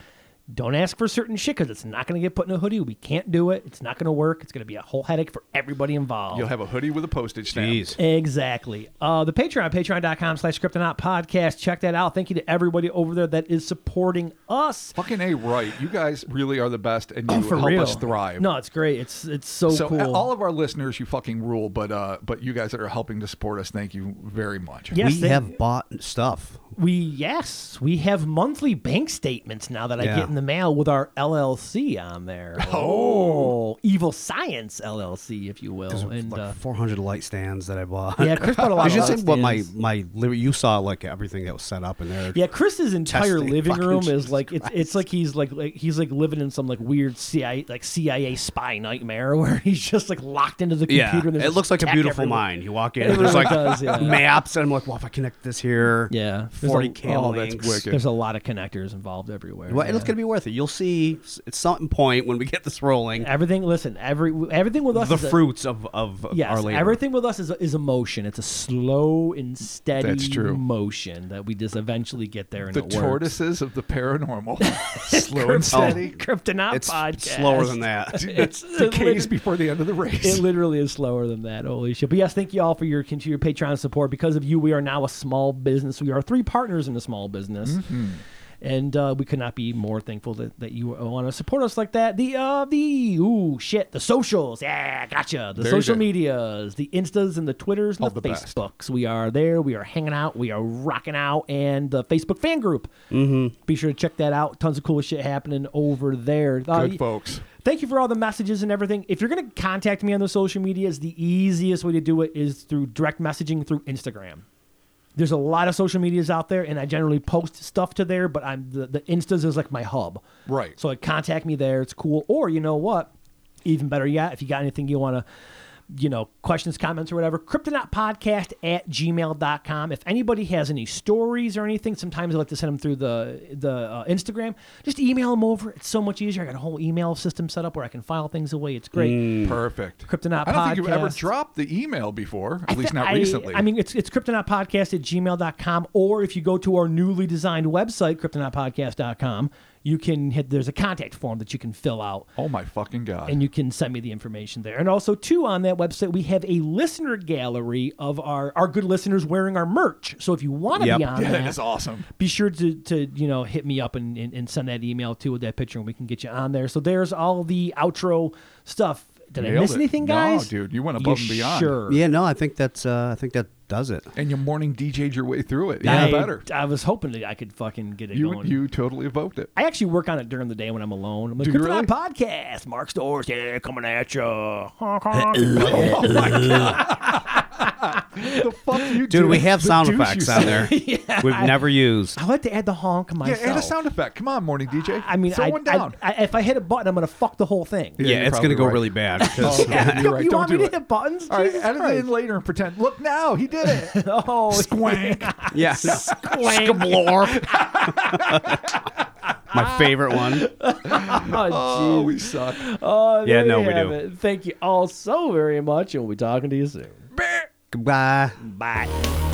A: Don't ask for certain shit because it's not going to get put in a hoodie. We can't do it. It's not going to work. It's going to be a whole headache for everybody involved.
C: You'll have a hoodie with a postage stamp.
B: Jeez.
A: Exactly. Uh, the Patreon, patreon.com slash kryptonaut podcast. Check that out. Thank you to everybody over there that is supporting us.
C: Fucking a right. You guys really are the best, and
A: Oh,
C: you help us thrive.
A: No, it's great. It's it's so, uh,
C: so
A: cool.
C: a- all of our listeners, you fucking rule. But uh, but you guys that are helping to support us, thank you very much.
A: yes,
B: we
A: they-
B: have bought stuff.
A: we yes, we have monthly bank statements now that I
B: Yeah.
A: get in the mail with our LLC on there. Oh, Evil Science LLC, if you will. And
B: like
A: uh,
B: 400 light stands that I bought.
A: yeah, Chris bought a lot.
B: It's
A: of
B: just
A: light
B: like what my
A: stands.
B: my li- you saw like everything that was set up in there.
A: Yeah, Chris's entire
B: Testing.
A: living
B: Fucking
A: room
B: Jesus
A: is like it's, it's like he's like, like he's like living in some like weird CIA like CIA spy nightmare where he's just like locked into the computer.
B: Yeah,
A: and there's
B: it
A: just
B: looks like a
A: tech
B: beautiful
A: everywhere.
B: mind. You walk in,
A: It
B: and there's
A: really
B: like
A: does, yeah.
B: maps, and I'm like, well, if I connect this here,
A: Yeah, There's
B: 40
A: a-
B: cable
A: oh, that's
B: links.
C: wicked.
A: There's a lot of connectors involved everywhere.
B: Well,
A: yeah.
B: It's gonna be worth it. You'll see s- at some point when we get this rolling,
A: everything. Listen, every everything with us
B: the
A: is a-
B: fruits of of
A: Yes,
B: our labor.
A: everything with us is is a motion. It's a slow and steady
C: That's true.
A: motion that we just eventually get there. And
C: The
A: it works.
C: tortoises of the paranormal, slow and steady.
A: Kryptonaut
B: It's
A: podcast.
B: slower than that.
C: It's decays before the end of the race.
A: It literally is slower than that. Holy shit. But yes, thank you all for your continued Patreon support. Because of you, we are now a small business. We are three partners in a small business.
C: Mm-hmm.
A: And uh, we could not be more thankful that, that you want to support us like that. The, uh, the, ooh, shit, the socials. Yeah, gotcha. The
C: Very
A: social
C: good.
A: medias, the Instas and the Twitters and
C: All
A: the,
C: the best.
A: Facebooks. We are there. We are hanging out. We are rocking out. And the Facebook fan group. Mm-hmm. Be sure to check that out. Tons of cool shit happening over there. Uh,
C: Good folks.
A: Thank you for all the messages and everything. If you're going to contact me on the social medias, the easiest way to do it is through direct messaging through Instagram. There's a lot of social medias out there, and I generally post stuff to there, but I'm the, the Instas is like my hub.
C: Right.
A: So like, contact me there. It's cool. Or you know what? Even better yet, if you got anything you want to you know, questions, comments, or whatever, kryptonautpodcast at gmail.com. If anybody has any stories or anything, sometimes I like to send them through the the uh, Instagram. Just email them over. It's so much easier. I got a whole email system set up where I can file things away. It's great.
C: Mm. Perfect.
A: Kryptonaut
C: I don't think you've ever
A: Mm. podcast.
C: dropped the email before, at least not
A: I-
C: recently.
A: I mean, it's it's kryptonautpodcast at gmail.com, or if you go to our newly designed website, kryptonautpodcast.com, you can hit, there's a contact form that you can fill out.
C: oh my fucking god.
A: and you can send me the information there. And also, too, on that website, we have a listener gallery of our, our good listeners wearing our merch. So if you want to
B: Yep.
A: be on
C: yeah, that
A: that,
C: is awesome.
A: be sure to, to you know hit me up and, and, and send that email too with that picture, and we can get you on there. So there's all the outro stuff. Did I
C: Nailed
A: miss
C: it.
A: anything,
C: No,
A: guys?
C: dude, you went
A: You
C: above and beyond.
A: Sure.
B: yeah, no, I think that's uh, I think that does it.
C: And you morning DJ'd your way through it.
A: I,
C: Even better.
A: I was hoping that I could fucking get it
C: You
A: going.
C: you totally evoked it.
A: I actually work on it during the day when I'm alone. I'm like,
C: Do you
A: "Kryptonite
C: really?
A: podcast, Mark Stores, yeah, coming at you.
C: the fuck you,
B: Dude,
C: do?
B: we have
C: The
B: sound
C: douche
B: effects
C: you
B: on
C: say.
B: there. We've never used.
A: I like to add the honk
C: Yeah,
A: myself.
C: add a sound effect. Come on, morning DJ.
A: I mean,
C: throw
A: I,
C: one
A: I-
C: down.
A: I- if I hit a button, I'm gonna fuck the whole thing.
C: Yeah,
B: Yeah,
C: you're
B: it's going to
C: probably
B: go
C: right.
B: really bad. 'cause-
C: Oh, yeah, you're right.
A: you
C: Don't
A: want
C: do
A: me
C: it.
A: to hit buttons?
C: All right,
A: Jesus
C: edit it
A: Christ.
C: in later and pretend. Look now, he did it.
A: Oh,
C: Squank.
B: Yeah. Skablor. My favorite one.
C: Oh,
A: oh, jeez.
C: we suck.
A: Oh,
B: Yeah,
A: there
B: no,
A: you
B: we
A: have
B: do.
A: it. Thank you all so very much, and we'll be talking to you soon.
B: Goodbye.
A: Bye.